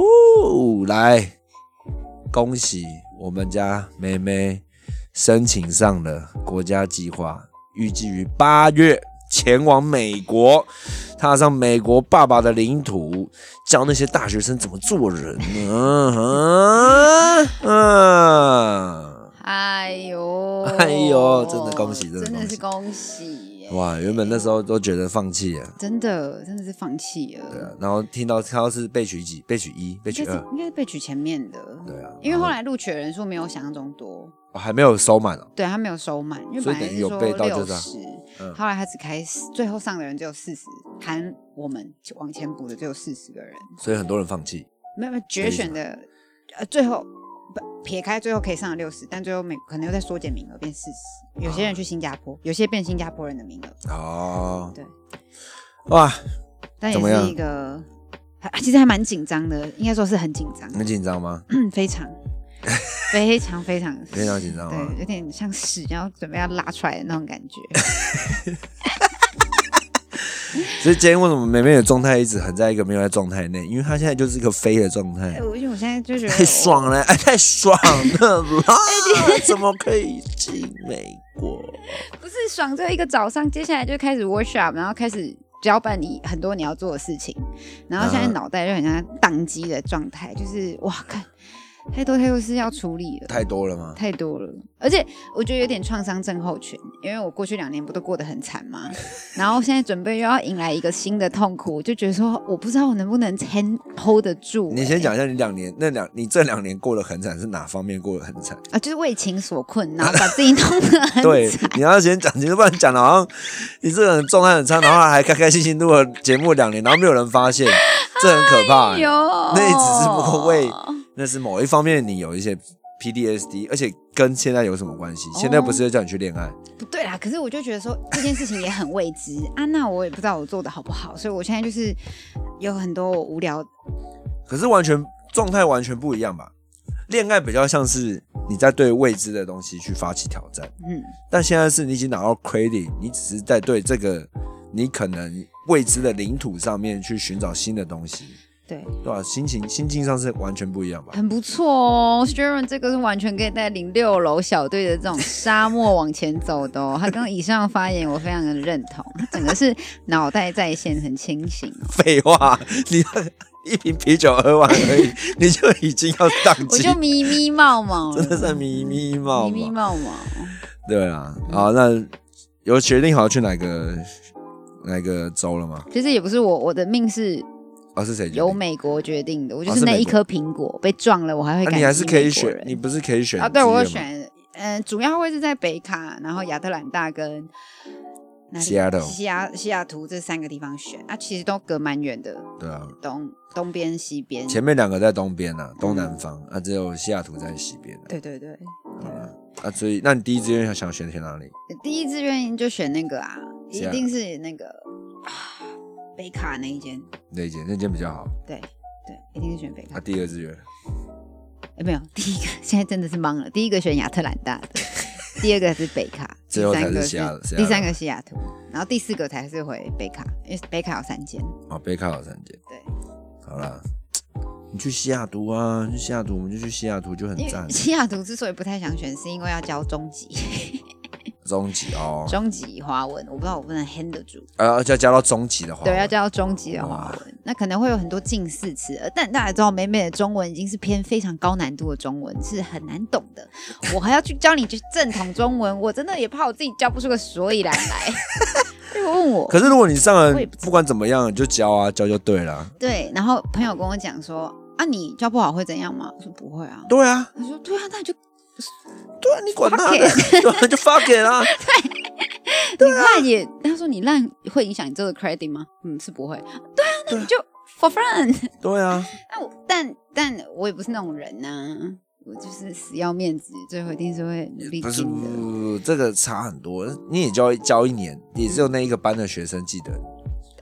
Speaker 4: 呜、来，恭喜我们家妹妹申请上了国家计划，预计于八月前往美国，踏上美国爸爸的领土，教那些大学生怎么做人呢？啊啊
Speaker 1: 哎呦，
Speaker 4: 哎呦真的恭喜真的
Speaker 1: 真
Speaker 4: 恭
Speaker 1: 的
Speaker 4: 喜
Speaker 1: 是恭喜耶，
Speaker 4: 哇，原本那时候都觉得放弃了，
Speaker 1: 真的真的是放弃了，
Speaker 4: 对啊，然后听到看到是被取几，被取一，被取
Speaker 1: 应该是
Speaker 4: 二，
Speaker 1: 应该是被取前面的，
Speaker 4: 对啊，
Speaker 1: 因为
Speaker 4: 然
Speaker 1: 后来录取的人数没有想象中多，
Speaker 4: 哦还没有收满哦，
Speaker 1: 对他没有收满，因为
Speaker 4: 所以
Speaker 1: 本来
Speaker 4: 等于
Speaker 1: 是
Speaker 4: 有
Speaker 1: 说
Speaker 4: 被盗就
Speaker 1: 六
Speaker 4: 这样
Speaker 1: 十、
Speaker 4: 嗯
Speaker 1: 后来他只开始，最后上的人只有四十，含我们往前补的只有四十个人，
Speaker 4: 所以很多人放弃，
Speaker 1: 没有没有决选的，呃，最后不撇开最后可以上六十，但最后美可能又在缩减名额变四十，有些人去新加坡，有些变新加坡人的名额，
Speaker 4: 哦，
Speaker 1: 对，
Speaker 4: 哇，
Speaker 1: 但也
Speaker 4: 怎么样
Speaker 1: 是一个，啊其实还蛮紧张的，应该说是很紧张，
Speaker 4: 很紧张吗？
Speaker 1: 嗯，非常。非常非常
Speaker 4: 非常紧张吗
Speaker 1: 对，有点像屎要准备要拉出来的那种感觉。
Speaker 4: 所以今天为什么妹妹的状态一直很在一个没有在状态内？因为她现在就是一个飞的状态
Speaker 1: 哎，我因为我现在就觉 得
Speaker 4: 太爽了，哎，太爽了
Speaker 1: 哎
Speaker 4: 啦！怎么可以进美国？
Speaker 1: 我，不是爽这一个早上，接下来就开始 workshop，然后开始交办你很多你要做的事情，然后现在
Speaker 4: 嗯
Speaker 1: 脑袋就很像宕机的状态，就是哇，看太多太多事要处理了。
Speaker 4: 太多了吗？
Speaker 1: 太多了，而且我觉得有点创伤症候群，因为我过去两年不都过得很惨嘛，然后现在准备又要迎来一个新的痛苦，我就觉得说我不知道我能不能 hold hold 得住、
Speaker 4: 你
Speaker 1: 欸
Speaker 4: 先讲一下，你两年那两你这两年过得很惨，是哪方面过得很惨？
Speaker 1: 啊，就是为情所困，然后把自己弄得 很
Speaker 4: 对
Speaker 1: 惨，，
Speaker 4: 你要先讲清楚，不然讲的好像你这个人状态很差，然后还开开心心录了节目两年，然后没有人发现，这很可怕、 欸
Speaker 1: 哎呦，
Speaker 4: 那也只是不过为那是某一方面你有一些 PDSD，而且跟现在有什么关系？现在不是叫你去恋爱？
Speaker 1: 不对啦。可是我就觉得说这件事情也很未知啊，那我也不知道我做的好不好，所以我现在就是有很多我无聊，
Speaker 4: 可是完全状态完全不一样吧？恋爱比较像是你在对未知的东西去发起挑战，
Speaker 1: 嗯，
Speaker 4: 但现在是你已经拿到 credit，你只是在对这个你可能未知的领土上面去寻找新的东西，
Speaker 1: 对，
Speaker 4: 对吧、心情心境上是完全不一样吧？
Speaker 1: 很不错哦。Sharon 这个是完全可以带领六楼小队的这种沙漠往前走的哦。他刚刚以上的发言我非常的认同，他整个是脑袋在线，很清醒 哦。
Speaker 4: 废话，你一瓶啤酒喝完而 已，你就已经要宕
Speaker 1: 我
Speaker 4: 机
Speaker 1: 就，迷迷冒冒了，
Speaker 4: 真的是迷迷冒
Speaker 1: 迷迷
Speaker 4: 冒。
Speaker 1: 冒冒。
Speaker 4: 对啊，好，那有决定好去哪个哪个州了吗？
Speaker 1: 其实也不是我，我的命是
Speaker 4: 啊，是谁决定？
Speaker 1: 由美国决定的，我就
Speaker 4: 哦
Speaker 1: 是
Speaker 4: 是
Speaker 1: 那
Speaker 4: 美
Speaker 1: 一
Speaker 4: 国
Speaker 1: 颗苹果被撞了，我还会
Speaker 4: 啊
Speaker 1: 感、激
Speaker 4: 你还是可以
Speaker 1: 美国
Speaker 4: 选
Speaker 1: 人，
Speaker 4: 你不是可以选
Speaker 1: 啊？对，我有
Speaker 4: 职业吗
Speaker 1: 选，嗯，主要会是在北卡，然后亚特兰大跟哪里西
Speaker 4: Seattle
Speaker 1: 雅西雅图这三个地方选啊，其实都隔蛮远的，
Speaker 4: 对啊，
Speaker 1: 东东边西边。
Speaker 4: 前面两个在东边啊，东南方啊，只有西雅图在西边啊
Speaker 1: 嗯对对对，
Speaker 4: 啊，所以那你第一志愿想选去哪里？
Speaker 1: 第一志愿就选那个啊，一
Speaker 4: Seattle
Speaker 1: 定是那个啊北卡那一间，
Speaker 4: 那间那间比较好
Speaker 1: 对对，一定是选北卡
Speaker 4: 啊。。第二志愿
Speaker 1: 哎，没有，第一个现在真的是懵了。第一个选亚特兰大 的，第二个是北卡，第
Speaker 4: 最后才
Speaker 1: 三个
Speaker 4: 是西雅西雅
Speaker 1: 第三个西雅图，然后第四个才是回北卡，因为北卡有三间。
Speaker 4: 哦，北卡有三间。
Speaker 1: 对，
Speaker 4: 好啦，你去西雅图啊，去西雅图，我们就去西雅图就很
Speaker 1: 因
Speaker 4: 赞
Speaker 1: 为。西雅图之所以不太想选，是因为要教中级，
Speaker 4: 中级哦，
Speaker 1: 中级华文，我不知道我不能 handle 得住。
Speaker 4: 啊，要加到中级的话，
Speaker 1: 对，啊要教中级的华文，那可能会有很多近似词。呃但大家知道，美美的中文已经是偏非常高难度的中文，是很难懂 的。我还要去教你就是正统中文，我真的也怕我自己教不出个所以 然来。所以我问我，
Speaker 4: 可是如果你上
Speaker 1: 我
Speaker 4: 了
Speaker 1: 也不，知道
Speaker 4: 不管怎么样，你就教啊，教就对了。
Speaker 1: 对，然后朋友跟我讲说，啊，你教不好会怎样吗？我说不会啊。
Speaker 4: 对啊，
Speaker 1: 他说对啊，那你就
Speaker 4: 对啊，你管他
Speaker 1: Fuck
Speaker 4: 的， 对啊，就 fuck it 啦。啊
Speaker 1: 你烂也，他说你烂会影响你这个 credit 吗？嗯，是不会。对啊，那你就 for fun。
Speaker 4: 对啊，
Speaker 1: 但我但但我也不是那种人呐、我就是死要面子，最后一定是会努力
Speaker 4: 不是，
Speaker 1: 拼的。
Speaker 4: 不这个差很多。你也教教一年，也只有那一个班的学生记得你。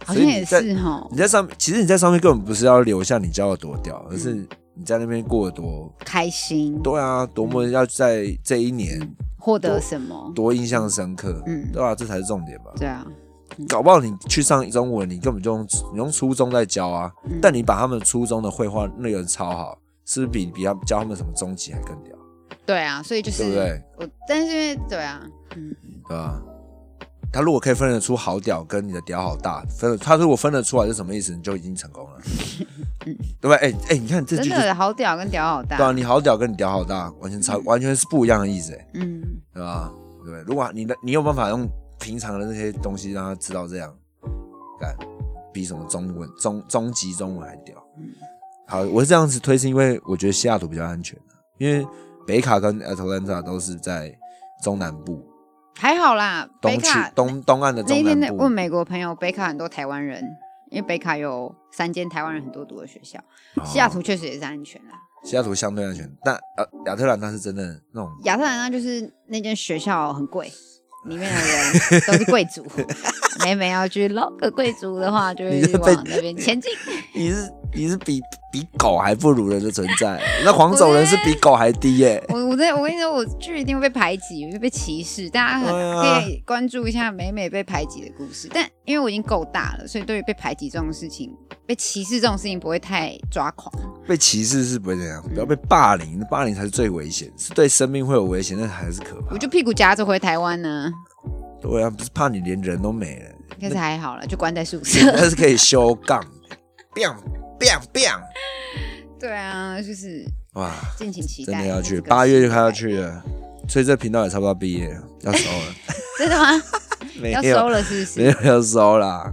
Speaker 1: 好
Speaker 4: 所
Speaker 1: 像
Speaker 4: 以
Speaker 1: 也
Speaker 4: 你在
Speaker 1: 是哈，
Speaker 4: 你在上面，其实你在上面根本不是要留下你教的多屌，而是你在那边过得多。
Speaker 1: 开心
Speaker 4: 对啊，多么要在这一年
Speaker 1: 获得什么？
Speaker 4: 多印象深刻，
Speaker 1: 嗯
Speaker 4: 对啊，这才是重点吧。
Speaker 1: 对啊，
Speaker 4: 搞不好你去上中文，你根本就用你用初中在教啊，
Speaker 1: 嗯
Speaker 4: 但你把他们初中的绘画内容抄好，是不是比比他教他们什么中级还更屌，
Speaker 1: 对啊，所以就是
Speaker 4: 对不对？
Speaker 1: 我，但是因为对啊，嗯，
Speaker 4: 对吧？他如果可以分得出好屌跟你的屌好大，分得他如果分得出来是什么意思，你就已经成功 了，对吧？哎、哎、你看这
Speaker 1: 真
Speaker 4: 句就是
Speaker 1: 的好嗯屌跟屌好大，
Speaker 4: 对啊，你好屌跟你屌好大完全差，完全是不一样的意思、哎，
Speaker 1: 嗯，
Speaker 4: 对吧？对不对，如果你的你有办法用平常的那些东西让他知道这样，干比什么中文中中级中文还屌。
Speaker 1: 嗯
Speaker 4: 好，我是这样子推，是因为我觉得西雅图比较安全、啊因为北卡跟 Atlanta 都是在中南部
Speaker 1: 还好啦，北
Speaker 4: 东区
Speaker 1: 卡
Speaker 4: 东东岸的
Speaker 1: 那一
Speaker 4: 中
Speaker 1: 天
Speaker 4: 南
Speaker 1: 那
Speaker 4: 部。
Speaker 1: 问美国朋友，北卡很多台湾人，因为北卡有三间台湾人很多读的学校，西雅图确实也是安全啦。
Speaker 4: 哦西雅图相对安全，但呃亚特兰大是真的那种
Speaker 1: 亚特兰大就是那间学校很贵，里面的人都是贵 族，每每要去捞个贵族的话，就会
Speaker 4: 你是被
Speaker 1: 往那边前进。
Speaker 4: 你是你是比比狗还不如人的存在。那黄种人是比狗还低耶、
Speaker 1: 我我在我跟你说，我去一定会被排挤，会被歧视。大家
Speaker 4: 对
Speaker 1: 很
Speaker 4: 啊
Speaker 1: 可以关注一下美美被排挤的故事。但因为我已经够大了，所以对于被排挤这种事情、被歧视这种事情不会太抓狂。
Speaker 4: 被歧视是不会这样，不要被霸凌，霸凌才是最危险，是对生命会有危险，那还是可怕
Speaker 1: 我。就屁股夹着回台湾呢，
Speaker 4: 对啊，不是怕你连人都没了，
Speaker 1: 应该是还好了，就关在宿舍。
Speaker 4: 那是可以修杠，biang biang biang，
Speaker 1: 对啊，就是
Speaker 4: 哇，
Speaker 1: 敬请期
Speaker 4: 真
Speaker 1: 待。
Speaker 4: 的要去，
Speaker 1: 这个
Speaker 4: 八月就快要
Speaker 1: 时代，
Speaker 4: 去了，所以这频道也差不多毕业了，要收 了，
Speaker 1: 真的吗？
Speaker 4: 没
Speaker 1: 要
Speaker 4: 有
Speaker 1: 收了是不
Speaker 4: 没
Speaker 1: 是？
Speaker 4: 有要收啦。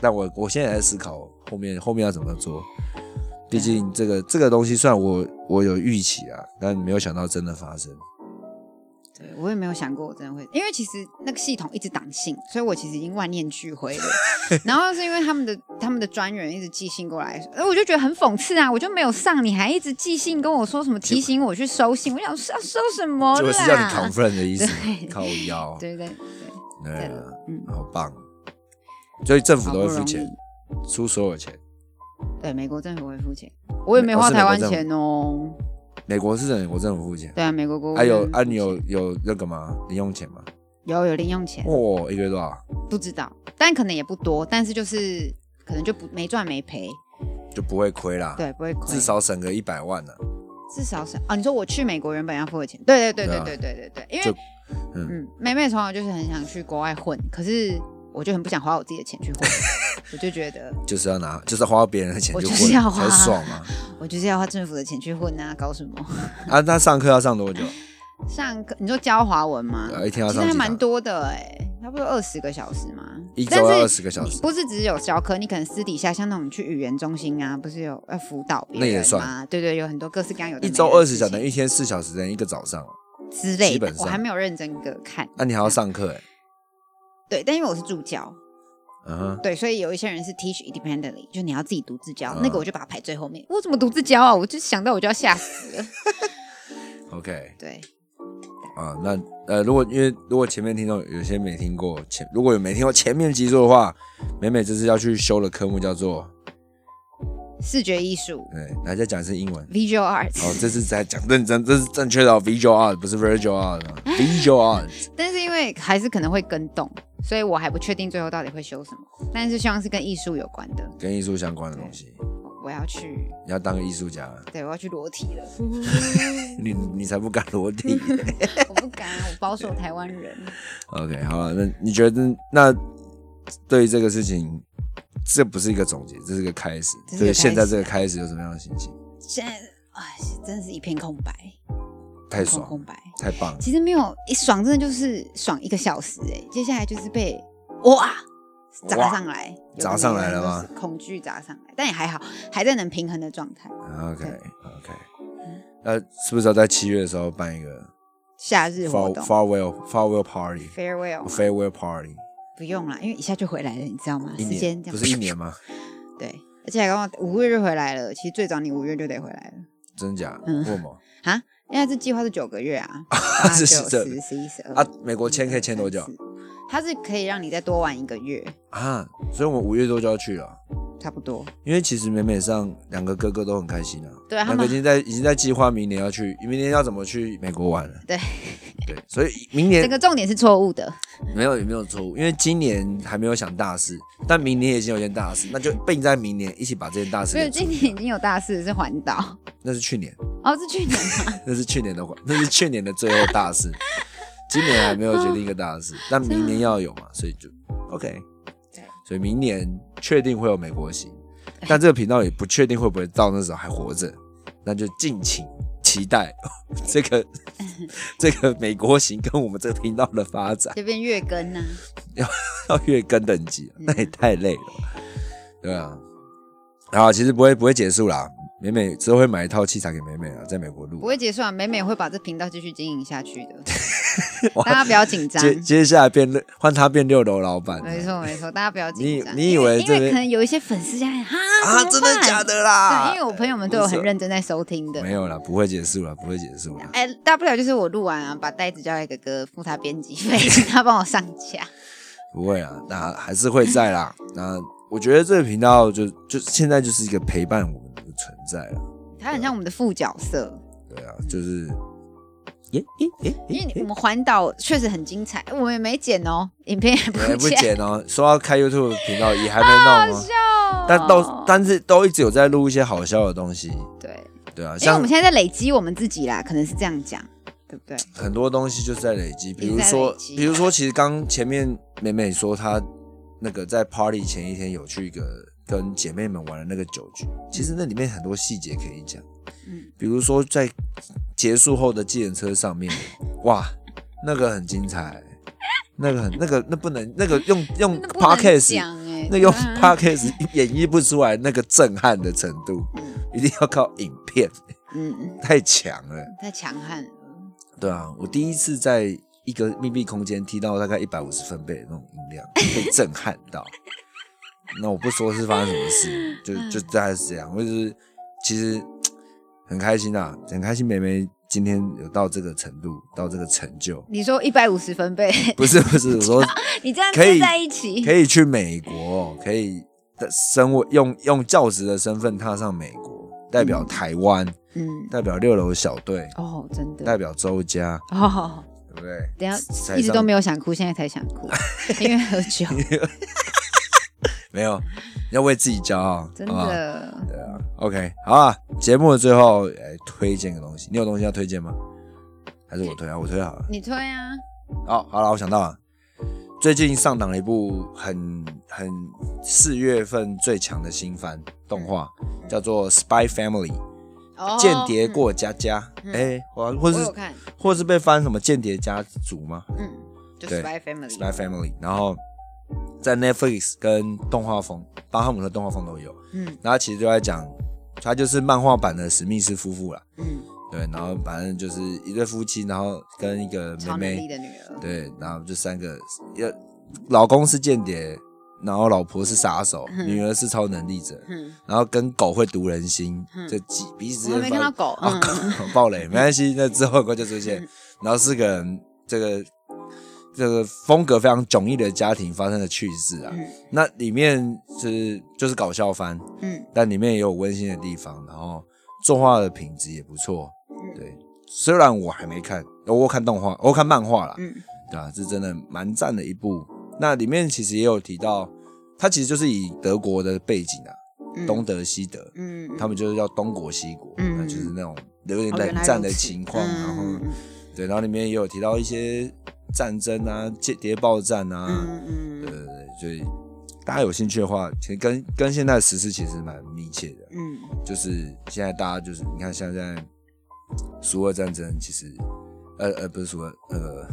Speaker 4: 但我我现在也在思考后面后面要怎么做，毕竟这个这个东西虽然我我有预期啊，但没有想到真的发生。
Speaker 1: 对我也没有想过我真的会，因为其实那个系统一直挡信，所以我其实已经万念俱灰了。 然后是因为他们的他们的专员一直寄信过来，呃我就觉得很讽刺啊！我就没有上，你还一直寄信跟我说什么提醒我去收信，我想是要收什么啦？
Speaker 4: 就是要你哦 confirm 的意思
Speaker 1: 对，
Speaker 4: 靠腰，
Speaker 1: 对对对，
Speaker 4: 对
Speaker 1: 对
Speaker 4: 啊，
Speaker 1: 嗯，
Speaker 4: 好棒。所以政府
Speaker 1: 好
Speaker 4: 都
Speaker 1: 不
Speaker 4: 会付
Speaker 1: 容
Speaker 4: 钱
Speaker 1: 易，。
Speaker 4: 出所有钱。
Speaker 1: 对，美国政府会付钱，我也没
Speaker 4: 哦
Speaker 1: 花
Speaker 4: 是美
Speaker 1: 台
Speaker 4: 国
Speaker 1: 湾
Speaker 4: 政府
Speaker 1: 钱哦。
Speaker 4: 美国是美国政府付钱，
Speaker 1: 对啊，美国国务
Speaker 4: 还有
Speaker 1: 院
Speaker 4: 啊，
Speaker 1: 付
Speaker 4: 你有
Speaker 1: 钱
Speaker 4: 有那个吗？零用钱吗？
Speaker 1: 有有零用钱，
Speaker 4: 哦，一个月多少？
Speaker 1: 不知道，但可能也不多，但是就是可能就不没赚没赔，
Speaker 4: 就不会亏啦，
Speaker 1: 对，不会亏，
Speaker 4: 至少省个一百万啊呢。
Speaker 1: 至少是啊，你说我去美国原本要付的钱，对对对对对对对对，因
Speaker 4: 啊就
Speaker 1: 为
Speaker 4: 嗯
Speaker 1: 嗯，妹妹从小就是很想去国外混，可是我就很不想花我自己的钱去混， 我就觉得
Speaker 4: 就是要拿，就是要花别人的钱
Speaker 1: 我
Speaker 4: 就
Speaker 1: 就是
Speaker 4: 混
Speaker 1: 要花
Speaker 4: 才爽嘛。
Speaker 1: 我就是要花政府的钱去混啊，搞什么？
Speaker 4: 啊，那上课要上多久？
Speaker 1: 上课你说教华文吗？
Speaker 4: 对啊一天要
Speaker 1: 其
Speaker 4: 上
Speaker 1: 实还
Speaker 4: 几
Speaker 1: 蛮
Speaker 4: 堂
Speaker 1: 多的哎、差不多二十个小时嘛。
Speaker 4: 一周
Speaker 1: 但
Speaker 4: 要
Speaker 1: 是
Speaker 4: 二十个小时，
Speaker 1: 不是只有教课，你可能私底下像那种去语言中心啊，不是有要辅导别人
Speaker 4: 那也算
Speaker 1: 吗对对，有很多各式各样有的
Speaker 4: 一
Speaker 1: 没
Speaker 4: 周
Speaker 1: 的
Speaker 4: 二十
Speaker 1: 事
Speaker 4: 小时
Speaker 1: 情
Speaker 4: 等于一天四小时等于一个早上哦。
Speaker 1: 之类
Speaker 4: 基
Speaker 1: 的
Speaker 4: 本，
Speaker 1: 我
Speaker 4: 上
Speaker 1: 还没有认真个看。
Speaker 4: 那你还要上课哎？
Speaker 1: 对，但因为我是助教，
Speaker 4: 嗯哼，
Speaker 1: 对，所以有一些人是 teach independently，就你要自己独自教，
Speaker 4: 嗯
Speaker 1: 那个我就把它排最后面。我怎么独自教啊？我就想到我就要吓死了。
Speaker 4: ，OK
Speaker 1: 对，
Speaker 4: 啊，那呃，如果因为如果前面听众有些没听过前，如果有没听过前面集数的话，美美这次要去修的科目叫做，
Speaker 1: 视觉艺术
Speaker 4: 对，来再讲一次英文。
Speaker 1: visual arts，、
Speaker 4: 哦，这次在讲认真，这是正确的、哦、visual art，不是 virtual art 啊 visual art。
Speaker 1: 但是因为还是可能会跟动，所以我还不确定最后到底会修什么，但是希望是跟艺术有关的。
Speaker 4: 跟艺术相关的东西，
Speaker 1: 我我要去，
Speaker 4: 你要当个艺术家，
Speaker 1: 对我要去裸体了。
Speaker 4: 你你才不敢裸体。
Speaker 1: 我不敢，啊我保守台湾人。
Speaker 4: OK，好了，那你觉得那对于这个事情，这不是一个总结，这是个开始。
Speaker 1: 这是个
Speaker 4: 对
Speaker 1: 开始
Speaker 4: 现在这个开始有什么样的心情？
Speaker 1: 现在，哎，真的是一片空白，
Speaker 4: 太
Speaker 1: 空
Speaker 4: 爽
Speaker 1: 空，白。
Speaker 4: 太棒了！
Speaker 1: 其实没有一爽，真的就是爽一个小时哎、接下来就是被哇砸上来，有
Speaker 4: 砸
Speaker 1: 的
Speaker 4: 上
Speaker 1: 没
Speaker 4: 来
Speaker 1: 的
Speaker 4: 了吗？
Speaker 1: 就是恐惧砸上来，但也还好，还在能平衡的状态。
Speaker 4: OK OK，那是不是要在七月的时候办一个
Speaker 1: 夏日活
Speaker 4: far
Speaker 1: 动
Speaker 4: farewell farewell party
Speaker 1: farewell
Speaker 4: farewell party？
Speaker 1: 不用啦，因为一下就回来了，你知道吗？
Speaker 4: 一
Speaker 1: 时
Speaker 4: 年
Speaker 1: 间这
Speaker 4: 不
Speaker 1: 样
Speaker 4: 是一年吗？
Speaker 1: 对，而且还刚好五月就回来了，其实最早你五月就得回来了
Speaker 4: 真假？
Speaker 1: 嗯
Speaker 4: 为什么？
Speaker 1: 啊，因为这计划是九个月啊，八
Speaker 4: 是
Speaker 1: 九
Speaker 4: 是这
Speaker 1: 十十一十二
Speaker 4: 啊，美国签可以签多久？
Speaker 1: 四它是可以让你再多玩一个月，
Speaker 4: 啊？所以我五月多就要去了。
Speaker 1: 差不多。
Speaker 4: 因为其实美美上两个哥哥都很开心啊，
Speaker 1: 对啊他
Speaker 4: 两
Speaker 1: 们
Speaker 4: 个已经在已经在计划明年要去，明年要怎么去美国玩了。
Speaker 1: 对
Speaker 4: 对，所以明
Speaker 1: 整
Speaker 4: 年
Speaker 1: 个重点是错误的，
Speaker 4: 没有也没有错误，因为今年还没有想大事，但明年已经有件大事，那就并在明年一起把这件大事
Speaker 1: 没
Speaker 4: 给
Speaker 1: 有
Speaker 4: 处
Speaker 1: 今
Speaker 4: 理
Speaker 1: 年已经有大事是环岛，
Speaker 4: 那是去年，
Speaker 1: 哦是去年吗？
Speaker 4: 那是去年的，那是去年的最后大事，今年还没有决定一个大事，但明年要有嘛，所以就 OK。
Speaker 1: 对，
Speaker 4: 所以明年确定会有美国行，但这个频道也不确定会不会到那时候还活着，那就敬请期待这个这个美国行跟我们这个频道的发展
Speaker 1: 这边月更啊呢、
Speaker 4: 要越跟等级，那也太累了，对啊。然后其实不会不会结束啦，美美之后会买一套器材给美美啊，在美国录
Speaker 1: 不。会结束啊，美美会把这频道继续经营下去的
Speaker 4: 哇，
Speaker 1: 大家不要紧张。
Speaker 4: 接接下来变六换他变六楼老板，
Speaker 1: 没错没错，大家不要紧张。
Speaker 4: 你你以
Speaker 1: 因
Speaker 4: 为
Speaker 1: 为
Speaker 4: 这
Speaker 1: 因为
Speaker 4: 边
Speaker 1: 可能有一些粉丝在哈
Speaker 4: 啊，真的假？的啦？
Speaker 1: 怎么办对，因为我朋友们都有很认真在收听的
Speaker 4: 没。有啦，不会结束了，不会结束了。
Speaker 1: 哎，大不了就是我录完啊，把袋子交给哥哥，付 他编辑费，请他帮我上架。
Speaker 4: 不会啊，那还是会在啦。那我觉得这个频道就就现在就是一个陪伴我们的存在了。
Speaker 1: 它很像我们的副角色，
Speaker 4: 对啊，就是，耶耶耶，
Speaker 1: 因为我们环岛确实很精彩，我们也没剪哦，影片 也不
Speaker 4: 也不
Speaker 1: 剪，
Speaker 4: 剪哦。说要开 YouTube 频道也还没弄哦，
Speaker 1: 笑
Speaker 4: 但都但是都一直有在录一些好笑的东西，
Speaker 1: 对，
Speaker 4: 对啊，
Speaker 1: 因哎为我
Speaker 4: 像
Speaker 1: 们现在在累积我们自己啦，可能是这样讲，对不对？
Speaker 4: 很多东西就是在累积，比如
Speaker 1: 在累
Speaker 4: 说，
Speaker 1: 积
Speaker 4: 比如说，其实刚前面美美说她那个在 party 前一天有去一个跟姐妹们玩的那个酒局，其实那里面很多细节可以讲，
Speaker 1: 嗯
Speaker 4: 比如说在结束后的计程车上 面，哇，那个很精彩，那个很那个那不能 那个用用
Speaker 1: 那不能
Speaker 4: 嗯 podcast
Speaker 1: 讲哎，
Speaker 4: 那用
Speaker 1: 对啊
Speaker 4: podcast 演绎不出来那个震撼的程度，一定要靠影片，
Speaker 1: 嗯嗯，
Speaker 4: 太强了。
Speaker 1: 太强悍了，
Speaker 4: 对啊，我第一次在一个密闭空间听到大概一百五十分贝的那种音 量，被震撼到。那我不说是发生什么事，就
Speaker 1: 嗯
Speaker 4: 就大概是这样。我就是其实很开心啊，很开心妹妹今天有到这个程度，到这个成就。
Speaker 1: 你说一百五十分贝，
Speaker 4: 不是不是，我说
Speaker 1: 你这样
Speaker 4: 可以
Speaker 1: 贴在一起，
Speaker 4: 可以去美国，可以的身为用用教职的身份踏上美国，代表台湾，
Speaker 1: 嗯，
Speaker 4: 代表六楼小队，
Speaker 1: 哦，真
Speaker 4: 代
Speaker 1: 的，
Speaker 4: 表周家，
Speaker 1: 哦，
Speaker 4: 对不对？
Speaker 1: 等一
Speaker 4: 踩
Speaker 1: 下
Speaker 4: 上
Speaker 1: 一直都没有想哭，现在才想哭，因为喝 酒，
Speaker 4: 没有，要为自己骄傲，
Speaker 1: 真
Speaker 4: 好不好
Speaker 1: 的，
Speaker 4: 对啊，OK，好啊。节目的最后，来推荐个东西，你有东西要推荐吗？还是我推啊？我推好了。
Speaker 1: 你推啊，
Speaker 4: 哦，好了，我想到了，最近上档了一部很很四月份最强的新番动画，叫做《Spy Family》
Speaker 1: 嗯哦，
Speaker 4: 间谍过家家。
Speaker 1: 嗯
Speaker 4: 哎、或或
Speaker 1: 嗯，我有
Speaker 4: 是
Speaker 1: 看，
Speaker 4: 或是被翻什么间谍家族吗？
Speaker 1: 嗯，就
Speaker 4: 对
Speaker 1: Spy
Speaker 4: 《Spy
Speaker 1: Family，
Speaker 4: Family》，然后在 Netflix 跟动画风、巴哈姆特动画风都有。
Speaker 1: 嗯
Speaker 4: 然后其实就在讲，他就是漫画版的史密斯夫妇啦。
Speaker 1: 嗯，
Speaker 4: 对，然后反正就是一对夫妻，然后跟一个妹
Speaker 1: 超能力
Speaker 4: 妹，
Speaker 1: 的女儿，
Speaker 4: 对，然后就三个，要老公是间谍，然后老婆是杀手，
Speaker 1: 嗯
Speaker 4: 女儿是超能力者，
Speaker 1: 嗯，
Speaker 4: 然后跟狗会读人心，
Speaker 1: 嗯
Speaker 4: 这几彼此
Speaker 1: 我还
Speaker 4: 之
Speaker 1: 没
Speaker 4: 间发
Speaker 1: 看到狗，
Speaker 4: 啊，
Speaker 1: 嗯，
Speaker 4: 靠 暴雷没关系，那之后会就出现
Speaker 1: 嗯。
Speaker 4: 然后四个人，这个这个风格非常迥异的家庭发生的趣事啊。
Speaker 1: 嗯
Speaker 4: 那里面是就是搞笑番，
Speaker 1: 嗯，
Speaker 4: 但里面也有温馨的地方，然后作画的品质也不错。
Speaker 1: 嗯
Speaker 4: 对，虽然我还没看，呃我有看动画，我有看漫画啦，
Speaker 1: 嗯
Speaker 4: 对啊，是真的蛮赞的一部。那里面其实也有提到，它其实就是以德国的背景啊，
Speaker 1: 嗯，
Speaker 4: 东德西德，
Speaker 1: 嗯，嗯，
Speaker 4: 他们就是叫东国西国，
Speaker 1: 嗯
Speaker 4: 那就是那种有点
Speaker 1: 哦
Speaker 4: 冷战的情况，
Speaker 1: 原来
Speaker 4: 然
Speaker 1: 如此
Speaker 4: 后
Speaker 1: 嗯
Speaker 4: 对，然后里面也有提到一些战争啊、间谍报战啊，
Speaker 1: 嗯嗯
Speaker 4: 对
Speaker 1: 嗯
Speaker 4: 对对，所以大家有兴趣的话，其实跟跟现在的时事其实蛮密切的，
Speaker 1: 嗯，
Speaker 4: 就是现在大家就是你看现在苏俄战争，其实呃呃不是苏俄呃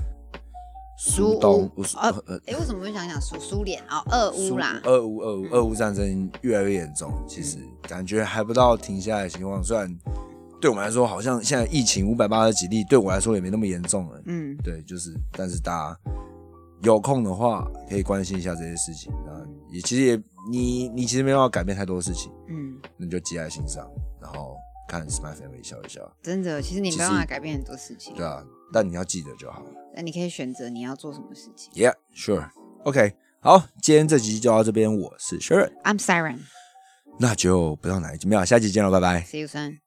Speaker 4: 苏
Speaker 1: 苏
Speaker 4: 东
Speaker 1: 乌
Speaker 4: 苏
Speaker 1: 呃
Speaker 4: 呃
Speaker 1: 哎，为什么会想想苏苏联哦，俄乌啦，
Speaker 4: 俄乌俄乌俄乌战争越来越严重，其实感觉还不到停下来的情况。虽然对我们来说，好像现在疫情五百八十几例，对我来说也没那么严重了。
Speaker 1: 嗯
Speaker 4: 对，就是，但是大家有空的话，可以关心一下这些事情。然后也其实也你你其实没办法改变太多事情，
Speaker 1: 嗯，
Speaker 4: 那你就记在心上，然后看《Smile Family》笑一笑，
Speaker 1: 真的，其实你没办法改变很多事情
Speaker 4: 对，啊，但你要记得就好了。
Speaker 1: 那你可以选择你要做什么事情。
Speaker 4: Yeah, sure, OK。好，今天这集就到这边，我是 Sharon，
Speaker 1: I'm Siren，see
Speaker 4: 那就不知道哪一集，没有，下集见了，拜拜。
Speaker 1: you soon。